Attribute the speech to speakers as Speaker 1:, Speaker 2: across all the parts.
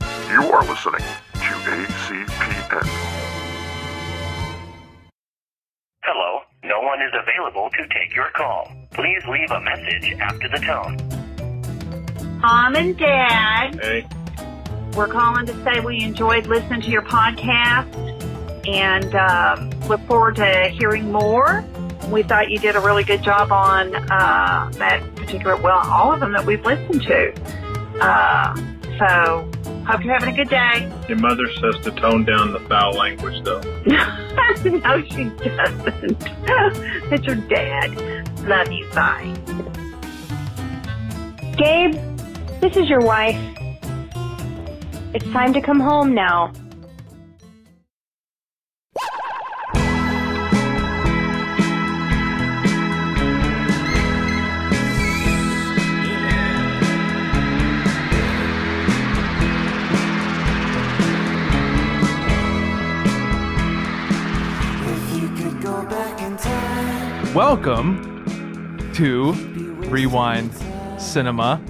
Speaker 1: You are listening to ACPN.
Speaker 2: Hello, no one is available to take your call. Please leave a message after the tone.
Speaker 3: Mom and Dad,
Speaker 4: Hey,
Speaker 3: we're calling to say we enjoyed listening to your podcast and um, look forward to hearing more. We thought you did a really good job on uh, that particular, well, all of them that we've listened to. Uh, so, hope you're having a good day.
Speaker 4: your mother says to tone down the foul language, though.
Speaker 3: no, she doesn't. That's your dad. Love you. Bye.
Speaker 5: Gabe, this is your wife. It's time to come home now.
Speaker 6: Welcome to Rewind Cinema.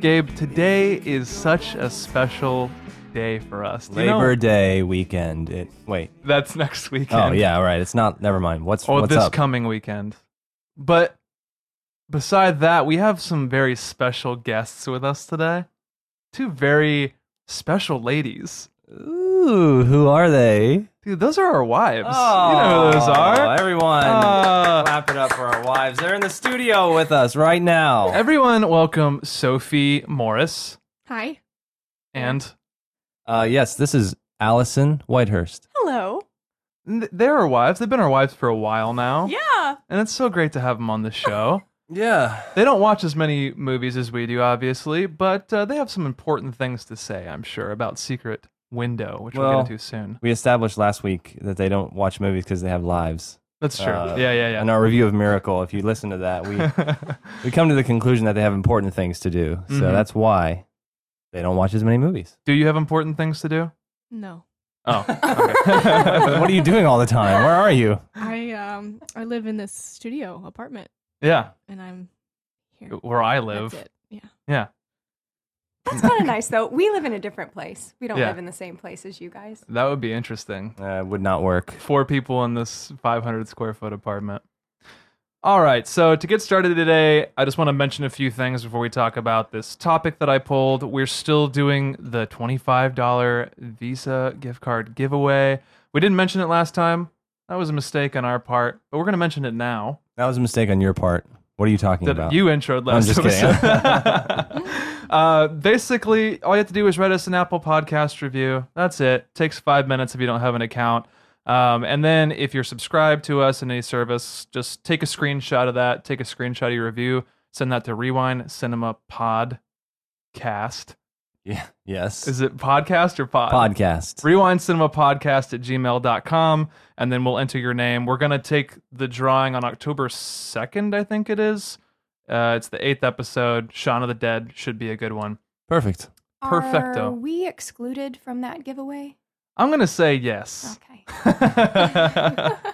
Speaker 6: Gabe, today is such a special day for us. Do you know-
Speaker 7: Labor Day weekend. It, wait.
Speaker 6: That's next weekend.
Speaker 7: Oh yeah. All right. It's not. Never mind. What's
Speaker 6: Or
Speaker 7: what's
Speaker 6: Oh, this
Speaker 7: up?
Speaker 6: coming weekend. But beside that, we have some very special guests with us today. Two very special ladies.
Speaker 7: Ooh, who are they? Oh,
Speaker 6: Dude, those are our wives. you know who those are.
Speaker 7: Everyone,
Speaker 6: Ah.
Speaker 7: clap it up for our wives. They're in the studio with us right now.
Speaker 6: Everyone, welcome Sophie Morris
Speaker 8: Hi.
Speaker 6: and
Speaker 7: Uh, yes, this is Allison Whitehurst.
Speaker 8: Hello.
Speaker 6: N- They're our wives. They've been our wives for a while now.
Speaker 8: Yeah.
Speaker 6: And it's so great to have them on the show.
Speaker 7: Yeah.
Speaker 6: they don't watch as many movies as we do, obviously, but uh, they have some important things to say, I'm sure, about Secret Window, which we'll
Speaker 7: Well-
Speaker 6: get into soon.
Speaker 7: We established last week that they don't watch movies because they have lives.
Speaker 6: That's true.
Speaker 7: Uh,
Speaker 6: yeah, yeah,
Speaker 7: In our review of Miracle, if you listen to that, we
Speaker 6: yeah.
Speaker 7: we come to the conclusion that they have important things to do. So
Speaker 6: Mhm.
Speaker 7: that's why they don't watch as many movies.
Speaker 6: do you have important things to do?
Speaker 8: No.
Speaker 6: Oh,
Speaker 7: what are you doing all the time? Where are you?
Speaker 8: I um I live in this studio apartment
Speaker 6: yeah,
Speaker 8: and I'm here.
Speaker 6: where I
Speaker 8: That's
Speaker 6: live.
Speaker 8: it. Yeah.
Speaker 6: Yeah,
Speaker 9: That's kind of nice, though. We live in a different place. We don't
Speaker 6: Yeah.
Speaker 9: live in the same place as you guys.
Speaker 6: that would be interesting.
Speaker 7: Uh, would not work.
Speaker 6: four people in this 500 square foot apartment. All right, so to get started today, I just want to mention a few things before we talk about this topic that I pulled. We're still doing the $25 Visa gift card giveaway. We didn't mention it last time. That was a mistake on our part, but we're going to mention it now.
Speaker 7: That was a mistake on your part. What are you talking
Speaker 6: That
Speaker 7: about?
Speaker 6: you introed last
Speaker 7: just kidding.
Speaker 6: episode. uh, basically, all you have to do is write us an Apple Podcast review. That's it. Takes five minutes if you don't have an account. Um, and then if you're subscribed to us in any service, just take a screenshot of that. Take a screenshot of your review. Send that to Rewind Cinema Podcast.
Speaker 7: yeah. Yes.
Speaker 6: Is it podcast or pod?
Speaker 7: podcast.
Speaker 6: Rewind Cinema Podcast at gmail.com, and then we'll enter your name. We're going to take the drawing on October 2nd, I think it is. Uh, it's the eighth episode. Shaun of the Dead should be a good one.
Speaker 7: Perfect.
Speaker 6: Perfecto.
Speaker 9: Are we excluded from that giveaway?
Speaker 6: I'm going to say yes.
Speaker 9: Okay.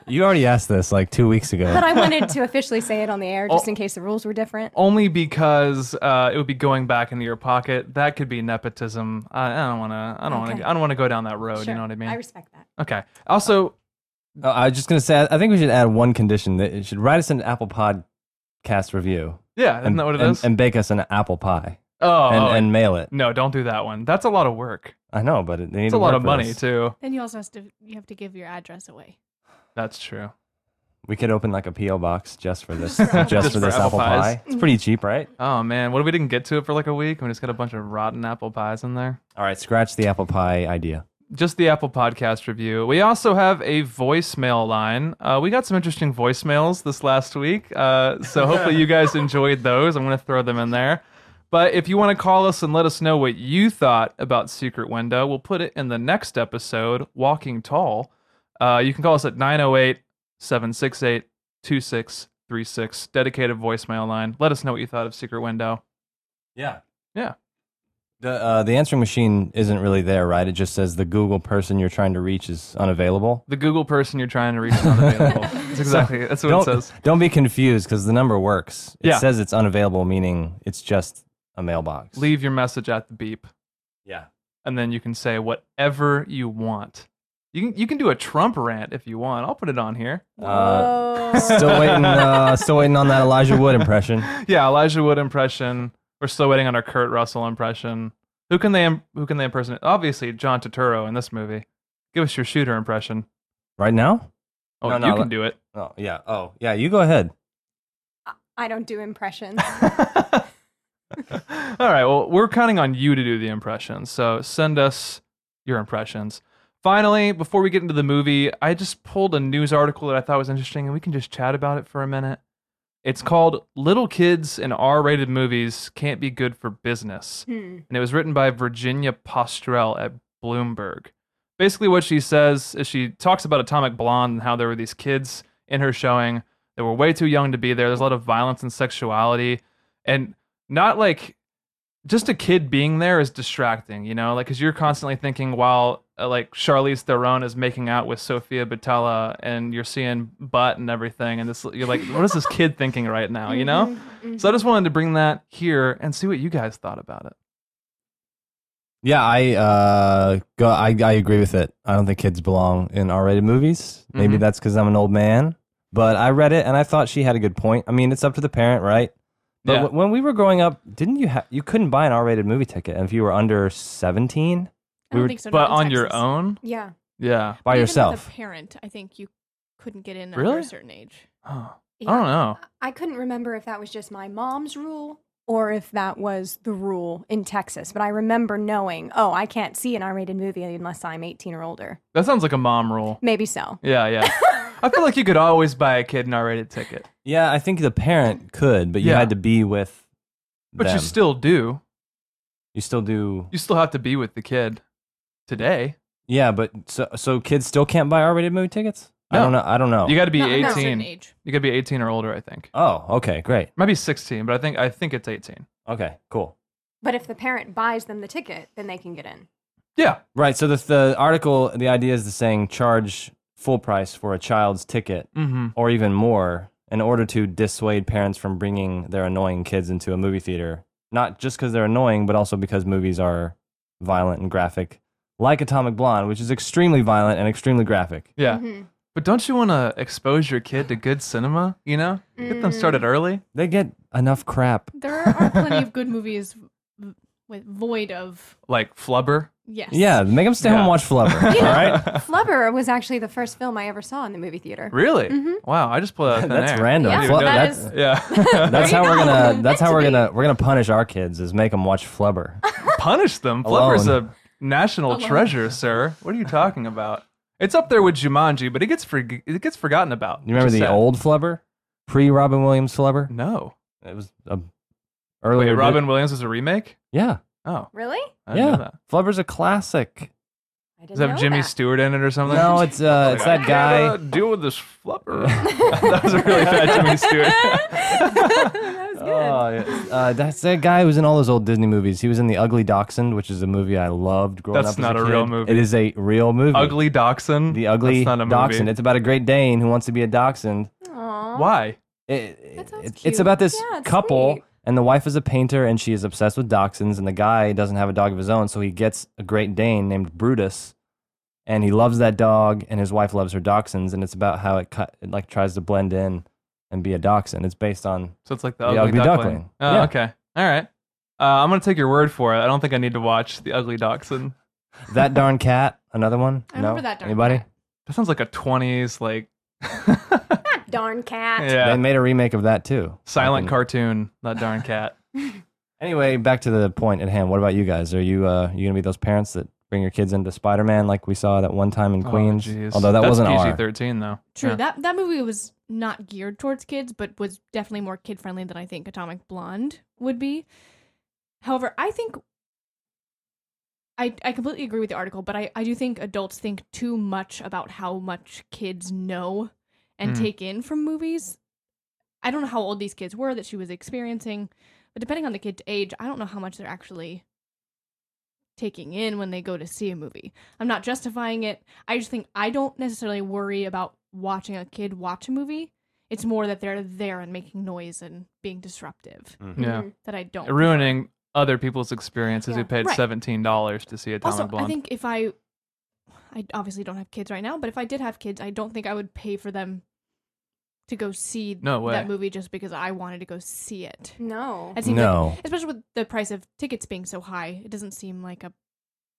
Speaker 7: You already asked this like two weeks ago.
Speaker 9: But I wanted to officially say it on the air
Speaker 6: Oh.
Speaker 9: just in case the rules were different.
Speaker 6: Only because uh, it would be going back into your pocket. That could be nepotism. I, I don't want to. I don't want
Speaker 9: Okay.
Speaker 6: to. I don't want to go down that road. You know what I mean?
Speaker 9: I respect that.
Speaker 6: okay. Also,
Speaker 7: Oh, I was just gonna say. I think we should add one condition that it should write us an Apple Podcast review.
Speaker 6: yeah, isn't
Speaker 7: and,
Speaker 6: that what it is?
Speaker 7: and, and bake us an apple pie
Speaker 6: oh,
Speaker 7: and,
Speaker 6: oh,
Speaker 7: and mail it.
Speaker 6: no, don't do that one. That's a lot of work.
Speaker 7: I know, but it, they need
Speaker 6: It's a
Speaker 7: to
Speaker 6: lot
Speaker 7: work
Speaker 6: of
Speaker 7: for
Speaker 6: money
Speaker 7: this.
Speaker 6: too.
Speaker 8: Then you also have to you have to give your address away.
Speaker 6: That's true.
Speaker 7: We could open like a PO box just for this,
Speaker 8: Just for apple
Speaker 7: just,
Speaker 8: pies.
Speaker 7: for this
Speaker 6: Just for apple
Speaker 7: apple
Speaker 6: pies.
Speaker 7: pie. It's pretty cheap, right?
Speaker 6: Oh man, what if we didn't get to it for like a week? and We just got a bunch of rotten apple pies in there.
Speaker 7: All right, scratch the apple pie idea.
Speaker 6: Just the Apple Podcast review. We also have a voicemail line. Uh, we got some interesting voicemails this last week, uh, so hopefully you guys enjoyed those. I'm going to throw them in there. But if you want to call us and let us know what you thought about Secret Window, we'll put it in the next episode, Walking Tall. Uh, you can call us at 908 768 2636, dedicated voicemail line. Let us know what you thought of Secret Window.
Speaker 7: Yeah.
Speaker 6: Yeah.
Speaker 7: The uh, the answering machine isn't really there, right? It just says the Google person you're trying to reach is unavailable.
Speaker 6: the Google person you're trying to reach is unavailable. that's exactly that's what
Speaker 7: don't,
Speaker 6: it says.
Speaker 7: Don't be confused because the number works. It
Speaker 6: Yeah.
Speaker 7: says it's unavailable, meaning it's just a mailbox.
Speaker 6: Leave your message at the beep.
Speaker 7: Yeah.
Speaker 6: and then you can say whatever you want. You can you can do a Trump rant if you want. I'll put it on here.
Speaker 7: Uh, still waiting. Uh, still waiting on that Elijah Wood impression.
Speaker 6: Yeah, Elijah Wood impression. We're still waiting on our Kurt Russell impression. Who can they im- who can they impersonate? Obviously John Turturro in this movie. Give us your shooter impression.
Speaker 7: Right now?
Speaker 6: Oh,
Speaker 7: No, no,
Speaker 6: you can
Speaker 7: let-
Speaker 6: do it.
Speaker 7: Oh yeah. Oh yeah. You go ahead.
Speaker 9: I don't do impressions.
Speaker 6: All right. Well, we're counting on you to do the impressions. So send us your impressions. Finally, before we get into the movie, I just pulled a news article that I thought was interesting, and we can just chat about it for a minute. It's called Little Kids in R Rated Movies Can't Be Good for Business
Speaker 9: Hmm.
Speaker 6: and it was written by Virginia Postrel at Bloomberg. Basically, what she says is she talks about Atomic Blonde and how there were these kids in her showing that were way too young to be there. There's a lot of violence and sexuality, and not like just a kid being there is distracting, you know, like because you're constantly thinking while uh, like Charlize Theron is making out with Sophia Butella and you're seeing butt and everything, and this you're like, what is this kid thinking right now, you know?
Speaker 9: Mm-hmm.
Speaker 6: So I just wanted to bring that here and see what you guys thought about it.
Speaker 7: Yeah, I uh, go. I I agree with it. I don't think kids belong in R-rated movies. Maybe
Speaker 6: Mhm.
Speaker 7: that's because I'm an old man. But I read it and I thought she had a good point. I mean, it's up to the parent, right? But
Speaker 6: Yeah.
Speaker 7: w- when we were growing up, didn't you ha- you couldn't buy an R-rated movie ticket and if you were under 17
Speaker 8: I don't
Speaker 7: were-
Speaker 8: think so. not
Speaker 6: but
Speaker 8: in
Speaker 6: on your
Speaker 8: Texas.
Speaker 6: own
Speaker 9: Yeah.
Speaker 6: yeah
Speaker 7: by
Speaker 8: Even
Speaker 7: yourself?
Speaker 8: As a parent, I think you couldn't get in
Speaker 6: Really?
Speaker 8: after a certain age.
Speaker 6: oh,
Speaker 9: yeah.
Speaker 6: i don't know
Speaker 9: I couldn't remember if that was just my mom's rule or if that was the rule in Texas, but I remember knowing, oh, I can't see an R rated movie unless I'm 18 or older.
Speaker 6: that sounds like a mom rule
Speaker 9: Maybe so.
Speaker 6: yeah yeah i feel like you could always buy a kid an r-rated ticket
Speaker 7: yeah, I think the parent could, but you
Speaker 6: Yeah.
Speaker 7: had to be with.
Speaker 6: but you
Speaker 7: them.
Speaker 6: still do
Speaker 7: you still do.
Speaker 6: you still have to be with the kid today
Speaker 7: Yeah, but so so kids still can't buy R-rated movie tickets. I
Speaker 6: No.
Speaker 7: don't know. I don't know.
Speaker 6: you got to be
Speaker 8: Not after
Speaker 6: 18
Speaker 8: a certain age.
Speaker 6: you got to be 18 or older i think
Speaker 7: oh, okay, great.
Speaker 6: might be 16 but i think i think it's 18
Speaker 7: Okay, cool.
Speaker 9: But if the parent buys them the ticket, then they can get in.
Speaker 6: yeah
Speaker 7: Right. So the, the article, the idea is the saying charge full price for a child's ticket
Speaker 6: mm-hmm
Speaker 7: or even more in order to dissuade parents from bringing their annoying kids into a movie theater. Not just because they're annoying, but also because movies are violent and graphic, like Atomic Blonde, which is extremely violent and extremely graphic.
Speaker 6: yeah
Speaker 8: Mm-hmm.
Speaker 9: Mhm.
Speaker 6: but don't you want to expose your kid to good cinema you know get them
Speaker 9: Mm.
Speaker 6: started early
Speaker 7: They get enough crap.
Speaker 8: There are plenty of good movies v- with void of
Speaker 6: like flubber
Speaker 8: yes.
Speaker 7: Yeah, make them stay home
Speaker 6: Yeah.
Speaker 7: and watch Flubber.
Speaker 9: You know,
Speaker 7: all right?
Speaker 9: Flubber was actually the first film I ever saw in the movie theater.
Speaker 6: really
Speaker 9: Mhm.
Speaker 6: wow i just pulled out of thin
Speaker 7: That's
Speaker 6: air.
Speaker 7: random.
Speaker 6: I didn't
Speaker 8: Mm-hmm. Yeah,
Speaker 7: Flu-
Speaker 6: even
Speaker 8: that
Speaker 7: that's-
Speaker 6: go-
Speaker 8: is-
Speaker 6: yeah
Speaker 7: That's how we're
Speaker 9: you go.
Speaker 7: gonna. That's how
Speaker 9: Meant
Speaker 7: we're
Speaker 9: to be.
Speaker 7: gonna. We're gonna punish our kids is make them watch Flubber.
Speaker 6: punish them.
Speaker 7: Alone.
Speaker 6: Flubber's a national
Speaker 8: Alone.
Speaker 6: treasure, sir. What are you talking about? It's up there with Jumanji, but it gets for, it gets forgotten about.
Speaker 7: You remember
Speaker 6: which is
Speaker 7: the
Speaker 6: sad.
Speaker 7: old Flubber, pre Robin Williams Flubber?
Speaker 6: No.
Speaker 7: It was a
Speaker 6: Wait,
Speaker 7: earlier. di-
Speaker 6: Robin Williams was a remake.
Speaker 7: yeah,
Speaker 6: Oh,
Speaker 9: Really?
Speaker 6: I didn't know
Speaker 7: yeah.
Speaker 6: that.
Speaker 7: Flubber's a classic.
Speaker 9: I didn't
Speaker 6: Does it have
Speaker 9: know
Speaker 6: Jimmy
Speaker 9: that.
Speaker 6: Stewart in it or something?
Speaker 7: No, it's uh, it's that guy.
Speaker 6: Deal with this flubber. that was a really bad Jimmy Stewart.
Speaker 9: That was good.
Speaker 7: Oh, yeah. uh, that's that guy who was in all those old Disney movies. He was in The Ugly Dachshund, which is a movie I loved growing
Speaker 6: That's
Speaker 7: up. as
Speaker 6: not a
Speaker 7: kid.
Speaker 6: real movie.
Speaker 7: It is a real movie.
Speaker 6: Ugly Dachshund.
Speaker 7: The Ugly
Speaker 6: That's not a
Speaker 7: Dachshund.
Speaker 6: movie.
Speaker 7: It's about a Great Dane who wants to be a dachshund.
Speaker 6: Oh.
Speaker 9: Aw.
Speaker 6: Why?
Speaker 7: It,
Speaker 8: That sounds
Speaker 7: it-
Speaker 8: cute.
Speaker 7: it's about this
Speaker 9: Yeah, it's
Speaker 7: couple,
Speaker 9: sweet.
Speaker 7: and the wife is a painter, and she is obsessed with dachshunds, and the guy doesn't have a dog of his own, so he gets a Great Dane named Brutus, and he loves that dog, and his wife loves her dachshunds, and it's about how it, cut, it like tries to blend in and be a dachshund. It's based on
Speaker 6: So it's like the
Speaker 7: The
Speaker 6: Ugly,
Speaker 7: Ugly
Speaker 6: Duckling.
Speaker 7: Duckling.
Speaker 6: Oh,
Speaker 7: Yeah.
Speaker 6: okay. All right. Uh, I'm gonna take your word for it. I don't think I need to watch the Ugly Dachshund.
Speaker 7: that darn cat. Another one.
Speaker 8: I remember that darn
Speaker 7: Anybody?
Speaker 8: cat.
Speaker 6: That sounds like a 20s like
Speaker 9: Ah, Darn cat.
Speaker 7: They
Speaker 6: yeah,
Speaker 7: made a remake of that too.
Speaker 6: silent
Speaker 7: Fucking-
Speaker 6: cartoon, that darn cat.
Speaker 7: Anyway, back to the point at hand. What about you guys? Are you uh, you gonna be those parents that bring your kids into Spider Man like we saw that one time in
Speaker 6: Oh,
Speaker 7: Queens?
Speaker 6: jeez.
Speaker 7: Although that
Speaker 6: That's
Speaker 7: wasn't R.
Speaker 6: PG-13 though.
Speaker 8: True.
Speaker 6: Yeah.
Speaker 8: That that movie was not geared towards kids, but was definitely more kid friendly than I think Atomic Blonde would be. However, I think I I completely agree with the article, but I, I do think adults think too much about how much kids know and
Speaker 6: Mm.
Speaker 8: take in from movies. I don't know how old these kids were that she was experiencing, but depending on the kid's age, I don't know how much they're actually taking in when they go to see a movie. I'm not justifying it. I just think I don't necessarily worry about watching a kid watch a movie. It's more that they're there and making noise and being disruptive
Speaker 6: Yeah.
Speaker 9: Mhm.
Speaker 8: that I don't.
Speaker 6: Ruining other people's experiences who
Speaker 8: Yeah.
Speaker 6: paid
Speaker 8: Right.
Speaker 6: seventeen dollars to see a Tom
Speaker 8: also,
Speaker 6: and Blonde.
Speaker 8: I think if I, I obviously don't have kids right now, but if I did have kids, I don't think I would pay for them to go see
Speaker 6: No way.
Speaker 8: that movie just because I wanted to go see it.
Speaker 9: No.
Speaker 8: That seems like-
Speaker 7: No,
Speaker 8: especially with the price of tickets being so high, it doesn't seem like a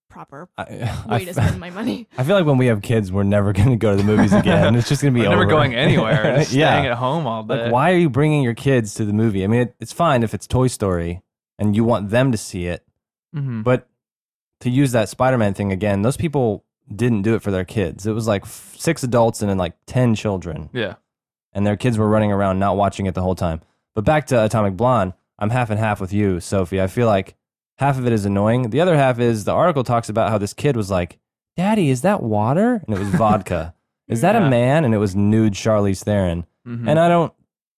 Speaker 8: proper
Speaker 7: I, I,
Speaker 8: way to spend my money.
Speaker 7: I feel like when we have kids, we're never going to go to the movies again. It's just going to be
Speaker 6: We're never
Speaker 7: over.
Speaker 6: going anywhere. Just
Speaker 7: yeah,
Speaker 6: staying at home all day.
Speaker 7: Like, why are you bringing your kids to the movie? I mean, it, it's fine if it's Toy Story and you want them to see it,
Speaker 6: Mhm.
Speaker 7: but to use that Spider-Man thing again, those people didn't do it for their kids. It was like f- six adults and then like ten children,
Speaker 6: Yeah.
Speaker 7: and their kids were running around not watching it the whole time. But back to Atomic Blonde, I'm half and half with you, Sophie. I feel like half of it is annoying. The other half is the article talks about how this kid was like, "Daddy, is that water?" and it was vodka. Is that
Speaker 6: Yeah.
Speaker 7: a man? And it was nude Charlize Theron.
Speaker 6: Mhm.
Speaker 7: And uh, I don't.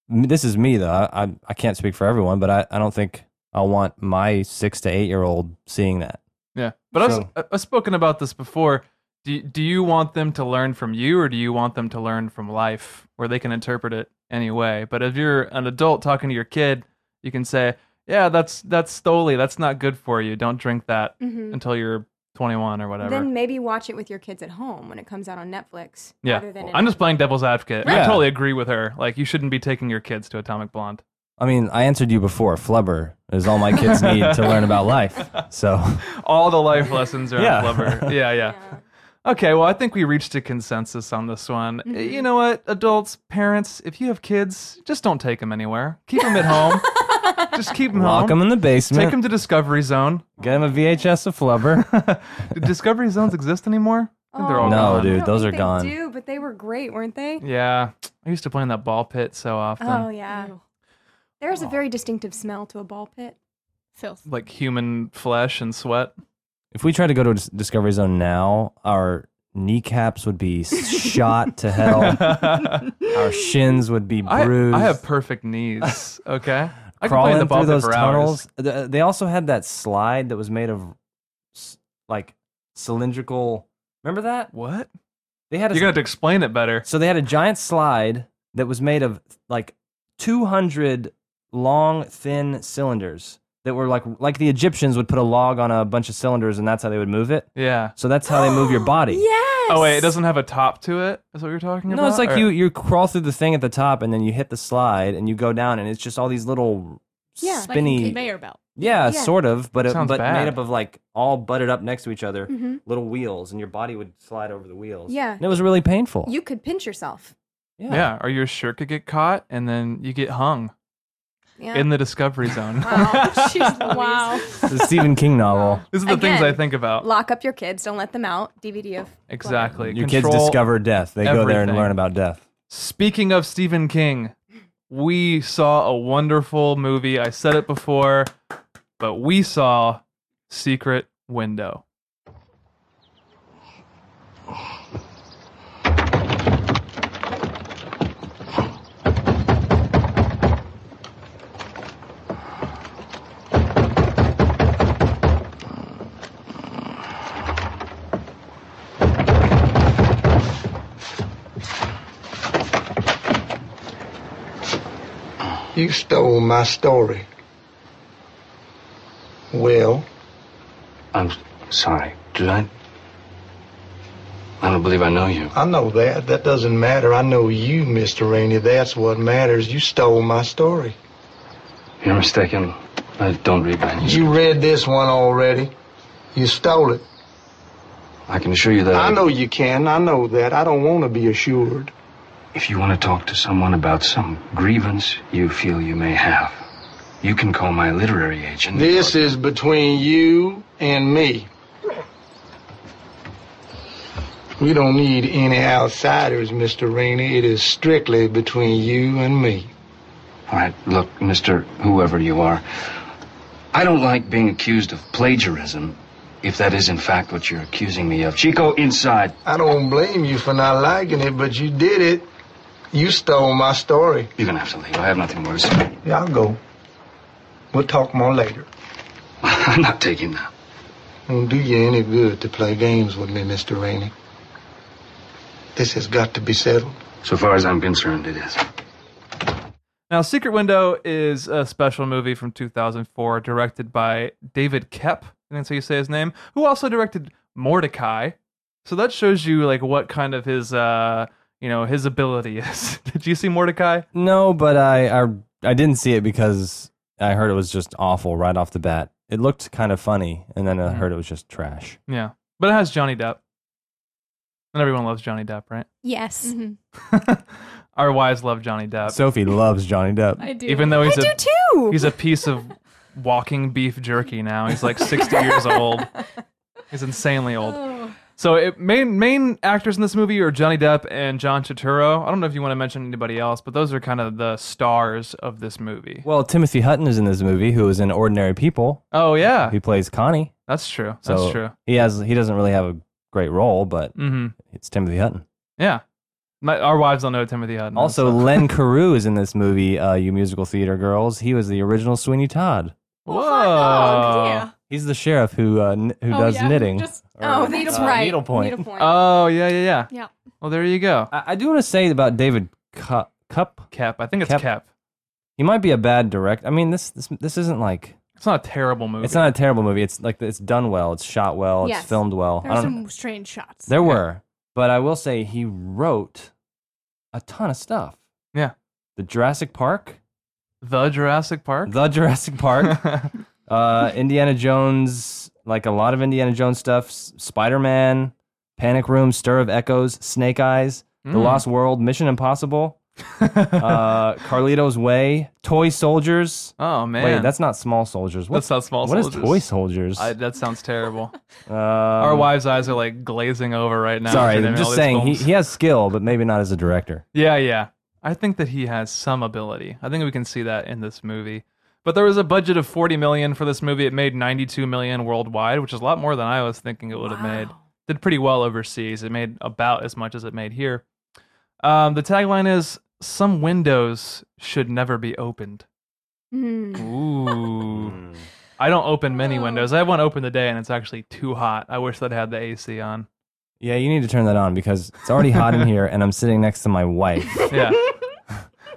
Speaker 7: This is me though. I, I I can't speak for everyone, but I I don't think I want my six to eight year old seeing that.
Speaker 6: yeah. But
Speaker 7: So-
Speaker 6: I've, I've spoken about this before. Do, do you want them to learn from you or do you want them to learn from life where they can interpret it any way? But if you're an adult talking to your kid, you can say, yeah, that's that's stoli. That's not good for you. Don't drink that
Speaker 9: Mhm.
Speaker 6: until you're 21 or whatever.
Speaker 9: Then maybe watch it with your kids at home when it comes out on Netflix.
Speaker 6: yeah.
Speaker 9: rather than in
Speaker 6: I'm
Speaker 9: a-
Speaker 6: just playing devil's advocate. I
Speaker 7: Yeah.
Speaker 6: totally agree with her. Like, you shouldn't be taking your kids to Atomic Blonde.
Speaker 7: I mean, I answered you before. Flubber is all my kids need to learn about life. So
Speaker 6: All the life lessons are
Speaker 7: Yeah.
Speaker 6: yeah. Yeah, yeah. Okay, well, I think we reached a consensus on this one. Eh,
Speaker 9: Mm-hmm.
Speaker 6: You know what, adults, parents, if you have kids, just don't take them anywhere. Keep them at home. just keep them
Speaker 7: lock them
Speaker 6: home.
Speaker 7: in the
Speaker 6: Take
Speaker 7: basement.
Speaker 6: them to Discovery Zone.
Speaker 7: get them a VHS of Flubber.
Speaker 6: Do Discovery Zones exist anymore? I think they're all
Speaker 7: Oh, No,
Speaker 6: gone.
Speaker 7: dude,
Speaker 9: I don't
Speaker 7: those
Speaker 9: think
Speaker 7: are
Speaker 9: they
Speaker 7: gone.
Speaker 9: Do Oh, but they were great, weren't they?
Speaker 6: Yeah, I used to play in that ball pit so often.
Speaker 9: Oh yeah.
Speaker 8: Ew.
Speaker 9: There's a very distinctive smell to a ball pit.
Speaker 8: Filth.
Speaker 6: Like human flesh and sweat.
Speaker 7: if we tried to go to Dis- Discovery Zone now, our kneecaps would be shot to hell.
Speaker 6: I,
Speaker 7: our shins would be bruised.
Speaker 6: I have perfect knees. Okay, I can play in
Speaker 7: crawling
Speaker 6: the ball
Speaker 7: through
Speaker 6: pit
Speaker 7: those
Speaker 6: for
Speaker 7: tunnels.
Speaker 6: hours.
Speaker 7: Th- They also had that slide that was made of s- like cylindrical. Remember that?
Speaker 6: What?
Speaker 7: They had a,
Speaker 6: You're gonna have to explain it better.
Speaker 7: so they had a giant slide that was made of like 200 long thin cylinders that were like like the Egyptians would put a log on a bunch of cylinders and that's how they would move it.
Speaker 6: Yeah.
Speaker 7: So that's how they move your body.
Speaker 9: Yes.
Speaker 6: Oh wait, it doesn't have a top to it. Is what you're talking about?
Speaker 7: No, it's like
Speaker 6: Or-
Speaker 7: you you crawl through the thing at the top and then you hit the slide and you go down and it's just all these little
Speaker 9: Yeah.
Speaker 8: Like a
Speaker 7: spinny
Speaker 8: conveyor belt.
Speaker 7: Yeah,
Speaker 9: Yeah.
Speaker 7: sort of, but it,
Speaker 6: Sounds
Speaker 7: but
Speaker 6: bad.
Speaker 7: made up of like all butted up next to each other,
Speaker 9: Mhm.
Speaker 7: little wheels, and your body would slide over the wheels.
Speaker 9: Yeah.
Speaker 7: and it was really painful.
Speaker 9: You could pinch yourself.
Speaker 7: yeah.
Speaker 6: Yeah. or your shirt could get caught and then you get hung
Speaker 9: Yeah.
Speaker 6: in the discovery zone.
Speaker 9: Wow.
Speaker 8: Jeez, wow.
Speaker 7: the Stephen King novel.
Speaker 6: These are the things I
Speaker 9: Again,
Speaker 6: think about.
Speaker 9: Lock up your kids. Don't let them out. DVD of.
Speaker 6: exactly.
Speaker 7: Your kids
Speaker 6: Control-
Speaker 7: discover death. They go there and
Speaker 6: everything.
Speaker 7: learn about death.
Speaker 6: Speaking of Stephen King, we saw a wonderful movie. I said it before, but we saw Secret Window.
Speaker 10: You stole my story. Well,
Speaker 2: I'm sorry. Did I? I don't believe I know you.
Speaker 10: I know that. That doesn't matter. I know you, Mr. Rainey. That's what matters. You stole my story.
Speaker 2: You're mistaken. I don't read my
Speaker 10: You read this one already. You stole it.
Speaker 2: I can assure you that
Speaker 10: I know you can. I know that. I don't want to be assured.
Speaker 2: If you want to talk to someone about some grievance you feel you may have, you can call my literary agent.
Speaker 10: This is between you and me. We don't need any outsiders, Mr. Rainey. It is strictly between you and me.
Speaker 2: All right, look, Mr. Whoever you are, I don't like being accused of plagiarism if that is in fact what you're accusing me of. Chico, inside.
Speaker 10: I don't blame you for not liking it, but you did it. You stole my story.
Speaker 2: You're going to have to leave. I have nothing worse.
Speaker 10: Yeah, I'll go. We'll talk more later.
Speaker 2: I'm not taking that.
Speaker 10: Won't do you any good to play games with me, Mr. Rainey. This has got to be settled.
Speaker 2: So far as I'm concerned, it is.
Speaker 6: Now, Secret Window is a special movie from 2004, directed by David Kep. I think that's how you say his name. Who also directed Mordecai. So that shows you like what kind of his, uh, you know, his ability is. Did you see Mordecai?
Speaker 7: No, but I, I I didn't see it because I heard it was just awful right off the bat. It looked kind of funny, and then I
Speaker 6: Mm.
Speaker 7: heard it was just trash.
Speaker 6: Yeah, but it has Johnny Depp, and everyone loves Johnny Depp, right?
Speaker 9: Yes.
Speaker 8: Mm-hmm.
Speaker 6: Our wives love Johnny Depp.
Speaker 7: Sophie loves Johnny Depp.
Speaker 8: I do.
Speaker 6: Even though he's
Speaker 9: I
Speaker 6: a
Speaker 9: do too.
Speaker 6: he's a piece of walking beef jerky now. He's like 60 years old. He's insanely old.
Speaker 8: Oh.
Speaker 6: So it, main main actors in this movie are Johnny Depp and John Turturro. I don't know if you want to mention anybody else, but those are kind of the stars of this movie.
Speaker 7: Well, Timothy Hutton is in this movie, who is in Ordinary People.
Speaker 6: Oh yeah,
Speaker 7: He plays Connie.
Speaker 6: that's true.
Speaker 7: So
Speaker 6: That's true.
Speaker 7: He has he doesn't really have a great role, but
Speaker 6: Mm-hmm.
Speaker 7: it's Timothy Hutton.
Speaker 6: Yeah, My, our wives don't know Timothy Hutton.
Speaker 7: Also,
Speaker 6: so-
Speaker 7: Len Carew is in this movie, uh, You Musical Theater Girls. He was the original Sweeney Todd.
Speaker 8: Well, hot dog,
Speaker 6: Whoa.
Speaker 8: Oh, yeah.
Speaker 7: He's the sheriff who uh, kn- who
Speaker 8: Oh,
Speaker 7: does
Speaker 8: yeah,
Speaker 7: knitting.
Speaker 8: just-
Speaker 7: Or,
Speaker 9: oh, that's
Speaker 7: uh,
Speaker 9: right.
Speaker 7: Needlepoint.
Speaker 9: Needlepoint.
Speaker 6: Oh yeah, yeah, yeah.
Speaker 8: Yeah.
Speaker 6: Well, there you go.
Speaker 7: I, I do want to say about David Cu- Cup.
Speaker 6: Cap. I think it's Cap.
Speaker 7: Kep. He might be a bad direct. I mean, this this this isn't like
Speaker 6: It's not a terrible movie.
Speaker 7: it's not a terrible movie. It's like it's done well. It's shot well.
Speaker 8: Yes.
Speaker 7: It's filmed well.
Speaker 8: There
Speaker 7: I
Speaker 8: are
Speaker 7: don't-
Speaker 8: some strange shots.
Speaker 7: there were, but I will say he wrote a ton of stuff.
Speaker 6: Yeah.
Speaker 7: The Jurassic Park,
Speaker 6: the Jurassic Park.
Speaker 7: the Jurassic Park, uh, Indiana Jones, like a lot of Indiana Jones stuff, Spider Man, Panic Room, Stir of Echoes, Snake Eyes, The
Speaker 6: Mm.
Speaker 7: Lost World, Mission Impossible, uh, Carlito's Way, Toy Soldiers.
Speaker 6: oh man,
Speaker 7: Wait, that's not Small Soldiers. What's
Speaker 6: that's not small.
Speaker 7: what is
Speaker 6: soldiers.
Speaker 7: Toy Soldiers?
Speaker 6: I, that sounds terrible.
Speaker 7: Um,
Speaker 6: Our wives' eyes are like glazing over right now.
Speaker 7: Sorry,
Speaker 6: after naming
Speaker 7: I'm
Speaker 6: all
Speaker 7: just
Speaker 6: these
Speaker 7: saying he,
Speaker 6: films.
Speaker 7: he has skill, but maybe not as a director.
Speaker 6: Yeah, yeah. I think that he has some ability. I think we can see that in this movie. But there was a budget of 40 million for this movie. It made 92 million worldwide, which is a lot more than I was thinking it would have made. Did pretty well overseas. It made about as much as it made here. Um, the tagline is "Some windows should never be opened."
Speaker 9: Mm.
Speaker 6: Ooh. I don't open many windows. I have one open today, and it's actually too hot. I wish that had the AC on.
Speaker 7: Yeah, you need to turn that on because it's already hot in here, and I'm sitting next to my wife,
Speaker 6: Yeah,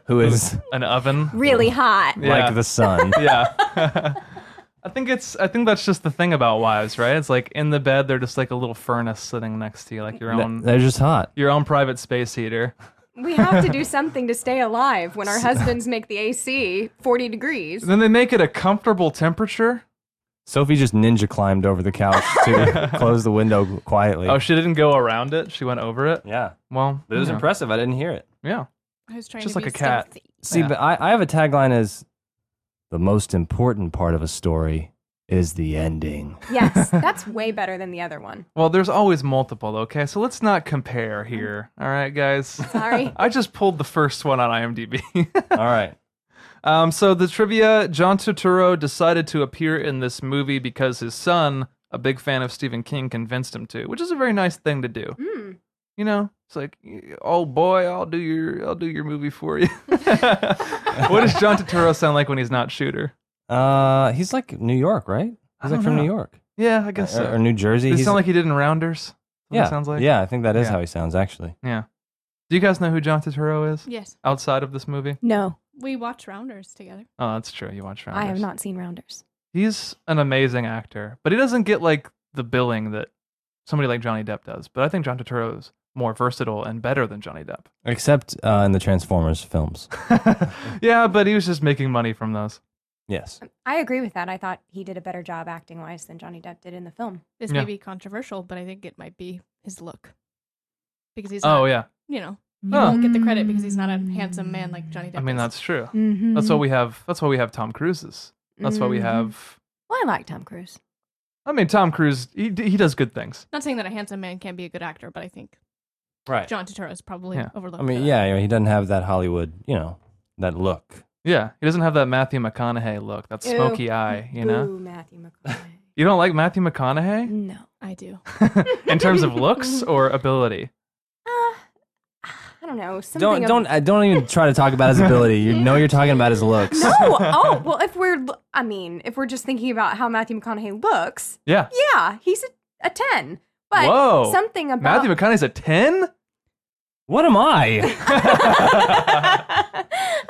Speaker 7: who is
Speaker 6: an oven.
Speaker 9: Really hot.
Speaker 6: Yeah.
Speaker 7: like the sun.
Speaker 6: yeah. I think it's I think that's just the thing about wives, right? It's like in the bed they're just like a little furnace sitting next to you, like your own
Speaker 7: They're just hot.
Speaker 6: your own private space heater.
Speaker 9: We have to do something to stay alive when our husbands make the AC 40 degrees.
Speaker 6: Then they make it a comfortable temperature.
Speaker 7: Sophie just ninja climbed over the couch to close the window quietly.
Speaker 6: Oh, she didn't go around it. She went over it.
Speaker 7: yeah.
Speaker 6: Well,
Speaker 7: It
Speaker 6: you
Speaker 7: was
Speaker 6: know,
Speaker 7: impressive. I didn't hear it.
Speaker 6: Yeah.
Speaker 8: I was trying
Speaker 6: Just
Speaker 8: to
Speaker 6: like
Speaker 8: be
Speaker 6: a cat.
Speaker 8: stealthy.
Speaker 7: See,
Speaker 6: Yeah.
Speaker 7: but I, I have a tagline as the most important part of a story is the ending.
Speaker 9: Yes, that's way better than the other one.
Speaker 6: Well, there's always multiple, okay? So let's not compare here. All right, guys.
Speaker 9: Sorry.
Speaker 6: I just pulled the first one on IMDb.
Speaker 7: All right.
Speaker 6: Um, so the trivia: John Turturro decided to appear in this movie because his son, a big fan of Stephen King, convinced him to, which is a very nice thing to do.
Speaker 9: Mm.
Speaker 6: You know, it's like, oh boy, I'll do your, I'll do your movie for you. what does John Turturro sound like when he's not shooter?
Speaker 7: Uh, he's like New York, right?
Speaker 6: I
Speaker 7: He's like
Speaker 6: don't
Speaker 7: from
Speaker 6: know.
Speaker 7: New York
Speaker 6: Yeah, I guess
Speaker 7: or, Uh, or
Speaker 6: so.
Speaker 7: New Jersey.
Speaker 6: Does he
Speaker 7: He's-
Speaker 6: sound like he did in Rounders? That's what
Speaker 7: yeah,
Speaker 6: it sounds like.
Speaker 7: yeah. I think that is
Speaker 6: Yeah.
Speaker 7: how he sounds actually.
Speaker 6: yeah. Do you guys know who John Turturro is
Speaker 8: Yes,
Speaker 6: outside of this movie?
Speaker 9: No,
Speaker 8: we watch Rounders together.
Speaker 6: Oh, that's true. You watch Rounders.
Speaker 9: I have not seen Rounders.
Speaker 6: he's an amazing actor, but he doesn't get like the billing that somebody like Johnny Depp does. But I think John Turturro is more versatile and better than Johnny Depp.
Speaker 7: Except uh, in the Transformers films.
Speaker 6: yeah, but he was just making money from those.
Speaker 7: Yes.
Speaker 9: Um, I agree with that. I thought he did a better job acting wise than Johnny Depp did in the film.
Speaker 8: This
Speaker 6: Yeah.
Speaker 8: may be controversial, but I think it might be his look because he's
Speaker 6: Oh
Speaker 8: not,
Speaker 6: yeah,
Speaker 8: you know
Speaker 6: Oh.
Speaker 8: he won't get the credit because he's not a handsome man like Johnny Depp.
Speaker 6: I mean
Speaker 8: is.
Speaker 6: that's true.
Speaker 9: Mm-hmm.
Speaker 6: That's why we have. That's why we have Tom Cruise's. That's why we have.
Speaker 9: Well, I like Tom Cruise.
Speaker 6: I mean, Tom Cruise. He d- he does good things.
Speaker 8: not saying that a handsome man can't be a good actor, but I think
Speaker 7: Right.
Speaker 8: John Turturro is probably
Speaker 6: Yeah.
Speaker 8: overlooked.
Speaker 7: I mean,
Speaker 8: for that.
Speaker 7: yeah, you know, he doesn't have that Hollywood, you know, that look.
Speaker 6: Yeah, he doesn't have that Matthew McConaughey look, that
Speaker 9: Ew.
Speaker 6: smoky eye. You know,
Speaker 9: Boo, Matthew McConaughey.
Speaker 6: you don't like Matthew McConaughey
Speaker 9: no.
Speaker 8: I do.
Speaker 6: in terms of looks or ability.
Speaker 9: Uh, I don't know. Something
Speaker 7: Don't
Speaker 9: of-
Speaker 7: don't uh, don't even try to talk about his ability. You know, you're talking about his looks.
Speaker 9: No. Oh, well, if we're, l- I mean, if we're just thinking about how Matthew McConaughey looks,
Speaker 6: Yeah.
Speaker 9: yeah, he's a, a 10. But
Speaker 6: Whoa.
Speaker 9: something about
Speaker 6: Matthew McConaughey's a ten.
Speaker 7: What am I?
Speaker 9: I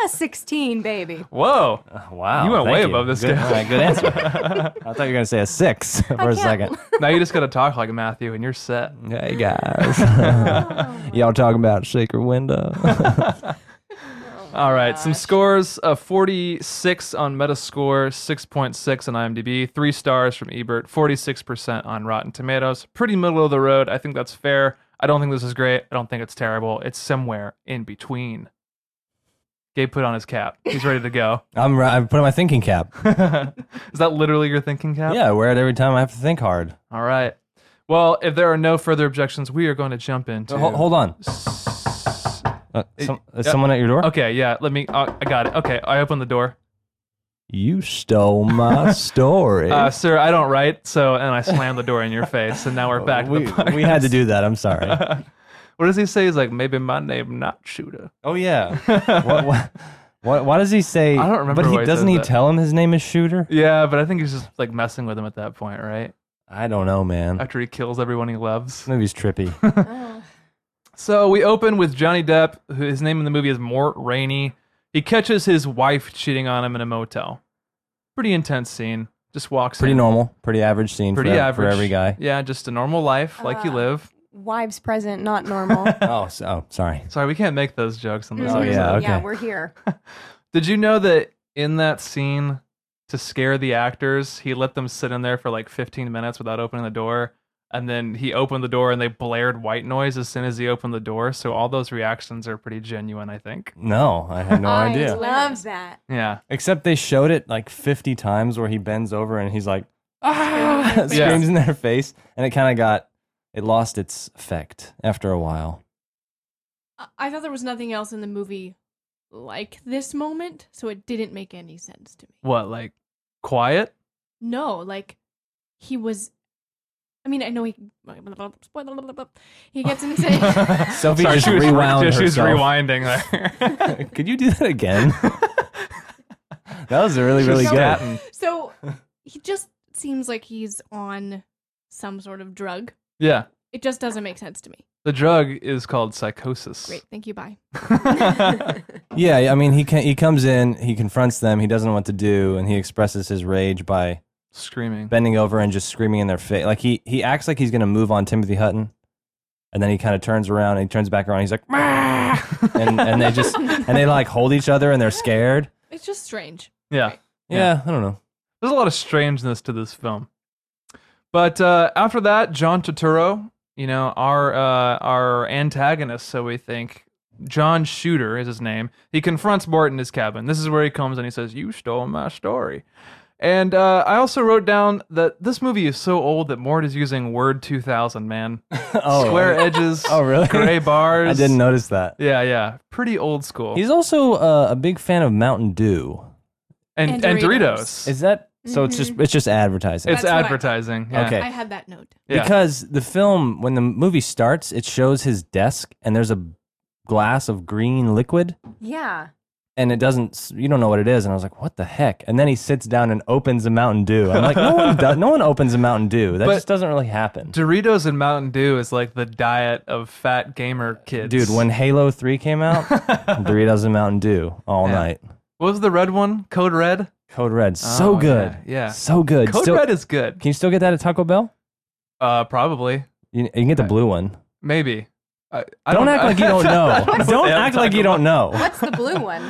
Speaker 9: A 16, baby.
Speaker 6: Whoa.
Speaker 7: wow.
Speaker 6: You went
Speaker 7: thank
Speaker 6: way
Speaker 7: you.
Speaker 6: above this,
Speaker 7: Good,
Speaker 6: guy.
Speaker 7: all right, good answer. I thought you were going to say a six for a second.
Speaker 6: now you just got to talk like Matthew and you're set.
Speaker 7: Hey,
Speaker 9: Oh.
Speaker 7: guys. Y'all talking about shaker window?
Speaker 6: All right, some scores uh, 46 on Metascore, 6.6 on IMDb, three stars from Ebert, 46% on Rotten Tomatoes. Pretty middle of the road. I think that's fair. I don't think this is great. I don't think it's terrible. It's somewhere in between. Gabe put on his cap. He's ready to go.
Speaker 7: I'm, ri- I'm putting my thinking cap.
Speaker 6: is that literally your thinking cap?
Speaker 7: Yeah, I wear it every time I have to think hard.
Speaker 6: All right. Well, if there are no further objections, we are going to jump into.
Speaker 7: Hol- hold on. Uh, some- is someone at your door?
Speaker 6: Okay, yeah. Let me. Uh, I got it. Okay, I opened the door.
Speaker 7: You stole my story.
Speaker 6: Uh, sir, I don't write. So, and I slammed the door in your face, and now we're back. to
Speaker 7: Oh, we,
Speaker 6: the podcast.
Speaker 7: we had to do that. I'm sorry.
Speaker 6: What does he say? He's like, maybe my name not Shooter.
Speaker 7: oh yeah. what, what, what, why does he say?
Speaker 6: I don't remember
Speaker 7: But he
Speaker 6: why he
Speaker 7: doesn't
Speaker 6: says
Speaker 7: he
Speaker 6: that.
Speaker 7: tell him his name is Shooter?
Speaker 6: Yeah, but I think he's just like messing with him at that point, right?
Speaker 7: I don't know, man.
Speaker 6: After he kills everyone he loves.
Speaker 7: This movie's trippy.
Speaker 9: Oh.
Speaker 6: So we open with Johnny Depp. Who, his name in the movie is Mort Rainey. He catches his wife cheating on him in a motel. Pretty intense scene. Just walks
Speaker 7: pretty
Speaker 6: in.
Speaker 7: normal, pretty average scene
Speaker 6: Pretty
Speaker 7: for, ev-
Speaker 6: average.
Speaker 7: for every guy.
Speaker 6: Yeah, just a normal life like you live.
Speaker 9: Wives present, not normal. Mm-hmm.
Speaker 7: oh, so, oh, sorry.
Speaker 6: Sorry, we can't make those jokes on this.
Speaker 7: Oh,
Speaker 6: episode.
Speaker 7: yeah, okay.
Speaker 9: Yeah, we're here.
Speaker 6: Did you know that in that scene, to scare the actors, he let them sit in there for like 15 minutes without opening the door? And then he opened the door and they blared white noise as soon as he opened the door. So all those reactions are pretty genuine, I think.
Speaker 7: No, I had no
Speaker 9: I
Speaker 7: idea.
Speaker 9: love that.
Speaker 6: Yeah.
Speaker 7: Except they showed it like 50 times where he bends over and he's like, ah,
Speaker 6: Yeah.
Speaker 7: screams in their face. And it kind of got, it lost its effect after a while.
Speaker 8: I- I thought there was nothing else in the movie like this moment, so it didn't make any sense to me.
Speaker 6: What, like quiet?
Speaker 8: No, like he was. I mean, I know he. He gets insane.
Speaker 6: Sorry,
Speaker 7: Sophie just
Speaker 6: she was,
Speaker 7: rewound
Speaker 6: she was
Speaker 7: herself.
Speaker 6: rewinding there.
Speaker 7: Could you do that again? that was really, really
Speaker 8: was
Speaker 7: good.
Speaker 6: Statin.
Speaker 8: so he just seems like he's on some sort of drug.
Speaker 6: Yeah.
Speaker 8: It just doesn't make sense to me.
Speaker 6: The drug is called psychosis.
Speaker 8: Great, thank you. Bye.
Speaker 7: Yeah, I mean, he can, he comes in, he confronts them, he doesn't know what to do, and he expresses his rage by
Speaker 6: Screaming.
Speaker 7: bending over and just screaming in their face. Like he he acts like he's gonna move on Timothy Hutton, and then he kind of turns around and he turns back around. He's like, "Mah!" and and they just and they like hold each other and they're scared.
Speaker 8: It's just strange.
Speaker 6: yeah.
Speaker 7: Yeah, I don't know.
Speaker 6: There's a lot of strangeness to this film. But uh, after that, John Turturro, you know, our uh, our antagonist, so we think. John Shooter is his name. He confronts Mort in his cabin. This is where he comes and he says, "You stole my story." And uh, I also wrote down that this movie is so old that Mort is using Word 2000, man.
Speaker 7: Oh,
Speaker 6: Square edges,
Speaker 7: Oh, really?
Speaker 6: gray bars.
Speaker 7: I didn't notice that.
Speaker 6: Yeah, yeah, pretty old school.
Speaker 7: He's also uh, a big fan of Mountain Dew.
Speaker 6: and, and
Speaker 8: And
Speaker 6: Doritos.
Speaker 8: Doritos.
Speaker 7: Is that so? It's just it's just advertising.
Speaker 6: Mm-hmm. It's
Speaker 8: That's what I-
Speaker 6: advertising. yeah.
Speaker 7: Okay.
Speaker 8: I had that note.
Speaker 6: Yeah.
Speaker 7: Because the film, when the movie starts, it shows his desk and there's a glass of green liquid.
Speaker 9: Yeah.
Speaker 7: and it doesn't you don't know what it is and i was like what the heck and then he sits down and opens a mountain dew i'm like no one does, no one opens a mountain dew that
Speaker 6: But-
Speaker 7: just doesn't really happen
Speaker 6: Doritos and Mountain Dew is like the diet of fat gamer kids.
Speaker 7: dude when halo 3 came out doritos and mountain dew all
Speaker 6: Yeah.
Speaker 7: night
Speaker 6: what was the red one? Code Red.
Speaker 7: code red so
Speaker 6: Oh,
Speaker 7: good
Speaker 6: yeah, yeah.
Speaker 7: so good
Speaker 6: Code
Speaker 7: Still-
Speaker 6: Red is good.
Speaker 7: can you still get that at taco bell
Speaker 6: Uh, probably,
Speaker 7: you, you can get the blue one
Speaker 6: maybe. I, I
Speaker 7: don't, act like you don't know
Speaker 6: I
Speaker 7: don't,
Speaker 6: know what they have
Speaker 7: act
Speaker 6: to
Speaker 7: like
Speaker 6: talk
Speaker 7: you don't know
Speaker 9: What's the blue one?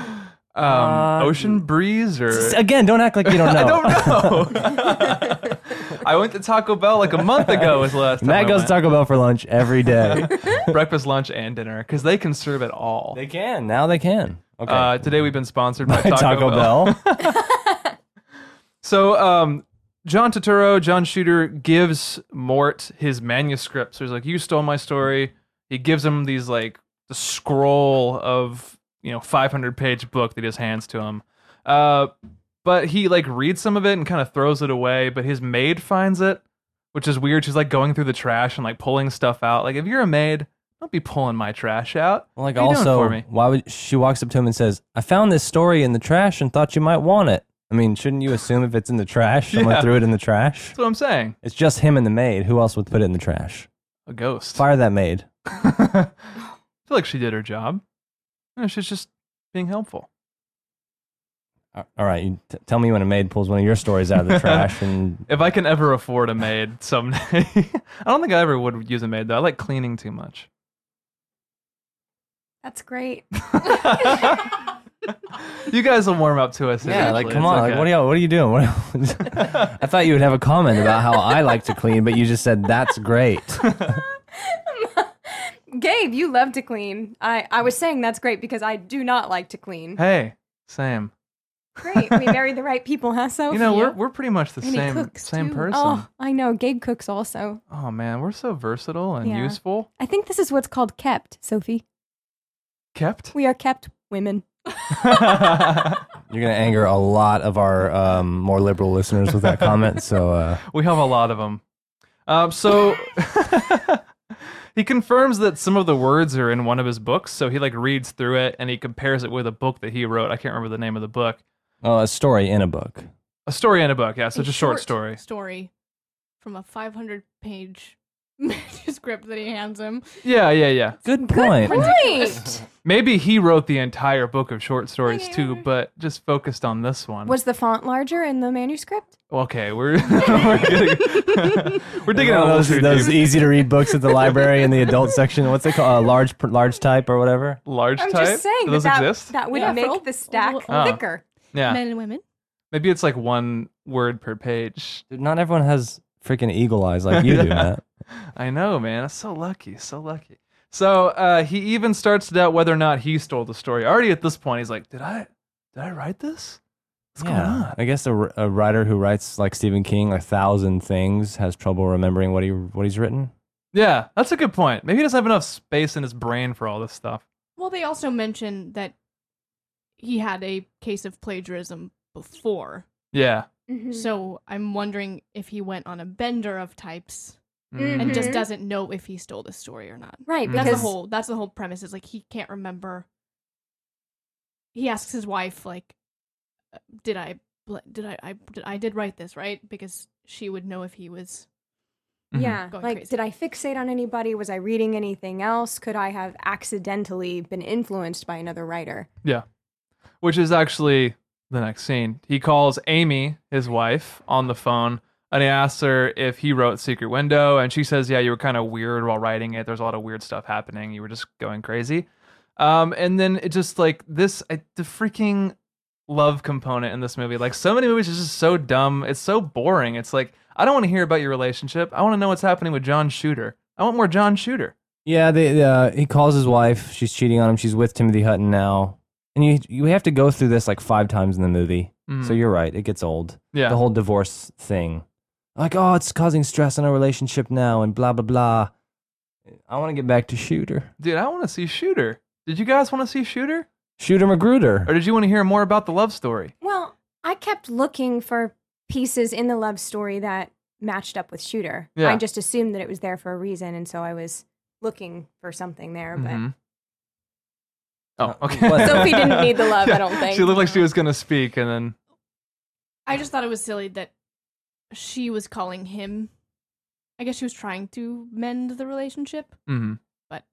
Speaker 6: Um,
Speaker 7: Uh,
Speaker 6: Ocean Breeze or
Speaker 7: again don't act like you don't know
Speaker 6: I don't know. I went to Taco Bell like a month ago. Was the last time
Speaker 7: matt
Speaker 6: I
Speaker 7: goes
Speaker 6: went.
Speaker 7: to taco bell for lunch every day
Speaker 6: breakfast, lunch, and dinner because they can serve it all.
Speaker 7: they can now they can okay
Speaker 6: Uh, today we've been sponsored by
Speaker 7: taco,
Speaker 6: Taco, Bell.
Speaker 7: bell.
Speaker 6: So, um, John Turturro, John Shooter gives Mort his manuscript. So he's like, "You stole my story." He gives him these like the scroll of you know 500 page book that he just hands to him. Uh, but he like reads some of it and kind of throws it away. But his maid finds it, which is weird. She's like going through the trash and like pulling stuff out. Like if you're a maid, don't be pulling my trash out.
Speaker 7: Well, Like
Speaker 6: What are you doing
Speaker 7: also,
Speaker 6: for me?
Speaker 7: why would she walks up to him and says, "I found this story in the trash and thought you might want it." I mean, shouldn't you assume if it's in the trash, someone
Speaker 6: Yeah.
Speaker 7: threw it in the trash?
Speaker 6: That's what I'm saying.
Speaker 7: It's just him and the maid. Who else would put it in the trash?
Speaker 6: A ghost.
Speaker 7: Fire that maid.
Speaker 6: I feel like she did her job. No, she's just being helpful.
Speaker 7: All all right, you t- tell me when a maid pulls one of your stories out of the trash, and
Speaker 6: If I can ever afford a maid someday, I don't think I ever would use a maid though. I like cleaning too much.
Speaker 9: That's great.
Speaker 6: You guys will warm up to us.
Speaker 7: yeah, like
Speaker 6: eventually.
Speaker 7: come
Speaker 6: It's
Speaker 7: on, like
Speaker 6: okay.
Speaker 7: what are you what are you doing? What I thought you would have a comment about how I like to clean, but you just said that's great.
Speaker 9: Gabe, you love to clean. I, I was saying that's great because I do not like to clean.
Speaker 6: Hey, same.
Speaker 9: Great. We married the right people, huh, So?
Speaker 6: You know, we're we're pretty much the
Speaker 9: And he
Speaker 6: same
Speaker 9: cooks,
Speaker 6: same
Speaker 9: too.
Speaker 6: person.
Speaker 9: Oh,
Speaker 6: Oh.
Speaker 9: I know. Gabe cooks also.
Speaker 6: man, we're so versatile and
Speaker 9: Yeah.
Speaker 6: useful.
Speaker 9: I think this is what's called kept, Sophie.
Speaker 6: Kept.
Speaker 9: We are kept women.
Speaker 7: You're gonna anger a lot of our um, more liberal listeners with that comment. So uh,
Speaker 6: We have a lot of them. Um, so he confirms that some of the words are in one of his books. So he like reads through it and he compares it with a book that he wrote. I can't remember the name of the book.
Speaker 7: oh, a story in a book.
Speaker 6: A story and a book. Yeah, so just short, story.
Speaker 8: Story from a 500 page manuscript that he hands him.
Speaker 6: Yeah, yeah, yeah.
Speaker 7: Good point.
Speaker 9: Right.
Speaker 6: Maybe he wrote the entire book of short stories too, but just focused on this one.
Speaker 9: Was the font larger in the manuscript?
Speaker 6: okay, we're we're, getting, we're digging a
Speaker 7: One
Speaker 6: little
Speaker 7: of those,
Speaker 6: too
Speaker 7: those e
Speaker 6: deep.
Speaker 7: easy to read books at the library in the adult section. What's they called? Uh, large pr- large type or whatever.
Speaker 6: Large
Speaker 9: I'm
Speaker 6: type.
Speaker 9: just saying
Speaker 6: Do
Speaker 9: that
Speaker 6: those
Speaker 9: that,
Speaker 6: exist? Oh.
Speaker 9: that would
Speaker 8: Yeah, for
Speaker 9: make
Speaker 8: old-
Speaker 9: the stack
Speaker 8: old-
Speaker 6: old-
Speaker 9: thicker.
Speaker 6: yeah.
Speaker 8: Men and women.
Speaker 6: Maybe it's like one word per page.
Speaker 7: Dude, Not everyone has freaking eagle eyes like you do,
Speaker 6: Yeah.
Speaker 7: Matt.
Speaker 6: I know, man. I'm so lucky, so lucky. So uh, he even starts to doubt whether or not he stole the story. Already at this point, he's like, "Did I? Did I write this? What's going on?"
Speaker 7: I guess a, r- a writer who writes like Stephen King, a thousand things, has trouble remembering what he what he's written.
Speaker 6: Yeah, that's a good point. Maybe he doesn't have enough space in his brain for all this stuff.
Speaker 8: Well, they also mentioned that he had a case of plagiarism before.
Speaker 6: Yeah.
Speaker 8: So I'm wondering if he went on a bender of types
Speaker 6: Mm.
Speaker 8: and just
Speaker 9: Mhm.
Speaker 8: doesn't know if he stole the story or not.
Speaker 9: Right,
Speaker 6: Mm.
Speaker 8: That's the
Speaker 9: because
Speaker 8: whole that's the whole premise is like he can't remember. He asks his wife like uh, did I bl- did I I did, I did write this, right? Because she would know if he was
Speaker 6: Mhm.
Speaker 9: Yeah.
Speaker 8: Going
Speaker 9: like,
Speaker 8: crazy.
Speaker 9: did I fixate on anybody? Was I reading anything else? Could I have accidentally been influenced by another writer?
Speaker 6: Which is actually the next scene. He calls Amy, his wife, on the phone and he asks her if he wrote Secret Window. And she says, Yeah, you were kind of weird while writing it. There's a lot of weird stuff happening. You were just going crazy. Um, and then it just like this, I, the freaking love component in this movie. Like so many movies are just so dumb. It's so boring. It's like, I don't want to hear about your relationship. I want to know what's happening with John Shooter. I want more John Shooter.
Speaker 7: Yeah, they, uh, he calls his wife. She's cheating on him. She's with Timothy Hutton now, and you you have to go through this like five times in the movie.
Speaker 6: Mm.
Speaker 7: So you're right; it gets old.
Speaker 6: Yeah.
Speaker 7: The whole divorce thing, like oh, it's causing stress in our relationship now, and blah blah blah. I want to get back to Shooter,
Speaker 6: Dude, I want to see Shooter. Did you guys want to see Shooter?
Speaker 7: Shooter Magruder.
Speaker 6: Or did you want to hear more about the love story?
Speaker 9: Well, I kept looking for pieces in the love story that matched up with Shooter.
Speaker 6: Yeah.
Speaker 9: I just assumed that it was there for a reason, and so I was looking for something there. But
Speaker 6: Mhm. Oh,
Speaker 7: Uh,
Speaker 6: okay.
Speaker 7: Mm-hmm. what?
Speaker 9: Sophie didn't need the love, I don't think. Uh-huh.
Speaker 6: She looked like she was going to speak, and then
Speaker 8: I just thought it was silly that she was calling him I guess she was trying to mend the relationship.
Speaker 6: mhm.
Speaker 8: But-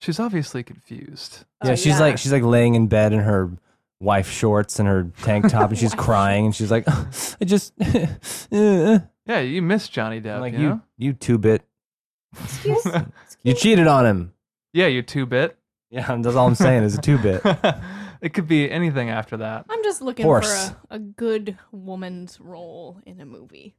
Speaker 6: she's obviously confused.
Speaker 7: yeah,
Speaker 9: Oh,
Speaker 7: she's
Speaker 9: yeah.
Speaker 7: like she's like laying in bed in her wife shorts and her tank top, and she's crying, and she's like, I just uh,
Speaker 6: Yeah, you miss Johnny Depp.
Speaker 7: like
Speaker 6: you,
Speaker 7: you
Speaker 6: know?
Speaker 7: you two bit,
Speaker 9: Excuse-
Speaker 7: you cheated on him.
Speaker 6: yeah, you two bit.
Speaker 7: Yeah, that's all I'm saying is a two bit.
Speaker 6: it could be anything after that.
Speaker 8: I'm just looking
Speaker 7: Horse.
Speaker 8: for a, a good woman's role in a movie.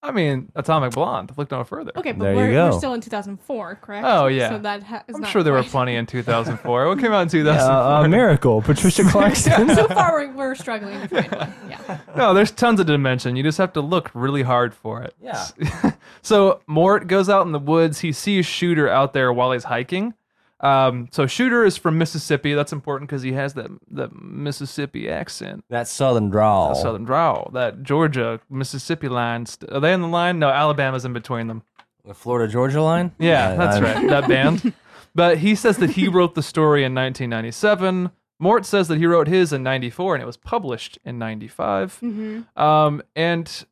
Speaker 6: I mean, Atomic Blonde. Look no further.
Speaker 8: Okay, but
Speaker 7: There you
Speaker 8: we're, we're
Speaker 7: go.
Speaker 8: still in 2004, correct?
Speaker 6: Oh, yeah.
Speaker 8: So that ha- is
Speaker 6: I'm
Speaker 8: not
Speaker 6: sure there were
Speaker 8: quite-
Speaker 6: plenty in 2004. what came out in
Speaker 7: Yeah,
Speaker 6: 2004?
Speaker 7: uh, a miracle, Patricia Clarkson.
Speaker 8: so far, we're, we're struggling to find one. Yeah.
Speaker 6: No, there's tons of dimension. You just have to look really hard for it. Yeah. so Mort goes out in the woods. He sees Shooter out there while he's hiking. Um, so Shooter is from Mississippi. That's important because he has that that Mississippi accent,
Speaker 7: that Southern drawl.
Speaker 6: that Southern drawl, that Georgia Mississippi line. St- are they in the line? No, Alabama's in between them.
Speaker 7: The Florida Georgia line.
Speaker 6: Yeah, that's
Speaker 7: I'm-
Speaker 6: right. That band. But he says that he wrote the story in 1997. Mort says that he wrote his in 94 and it was published in 95.
Speaker 9: Mm-hmm.
Speaker 6: Um, and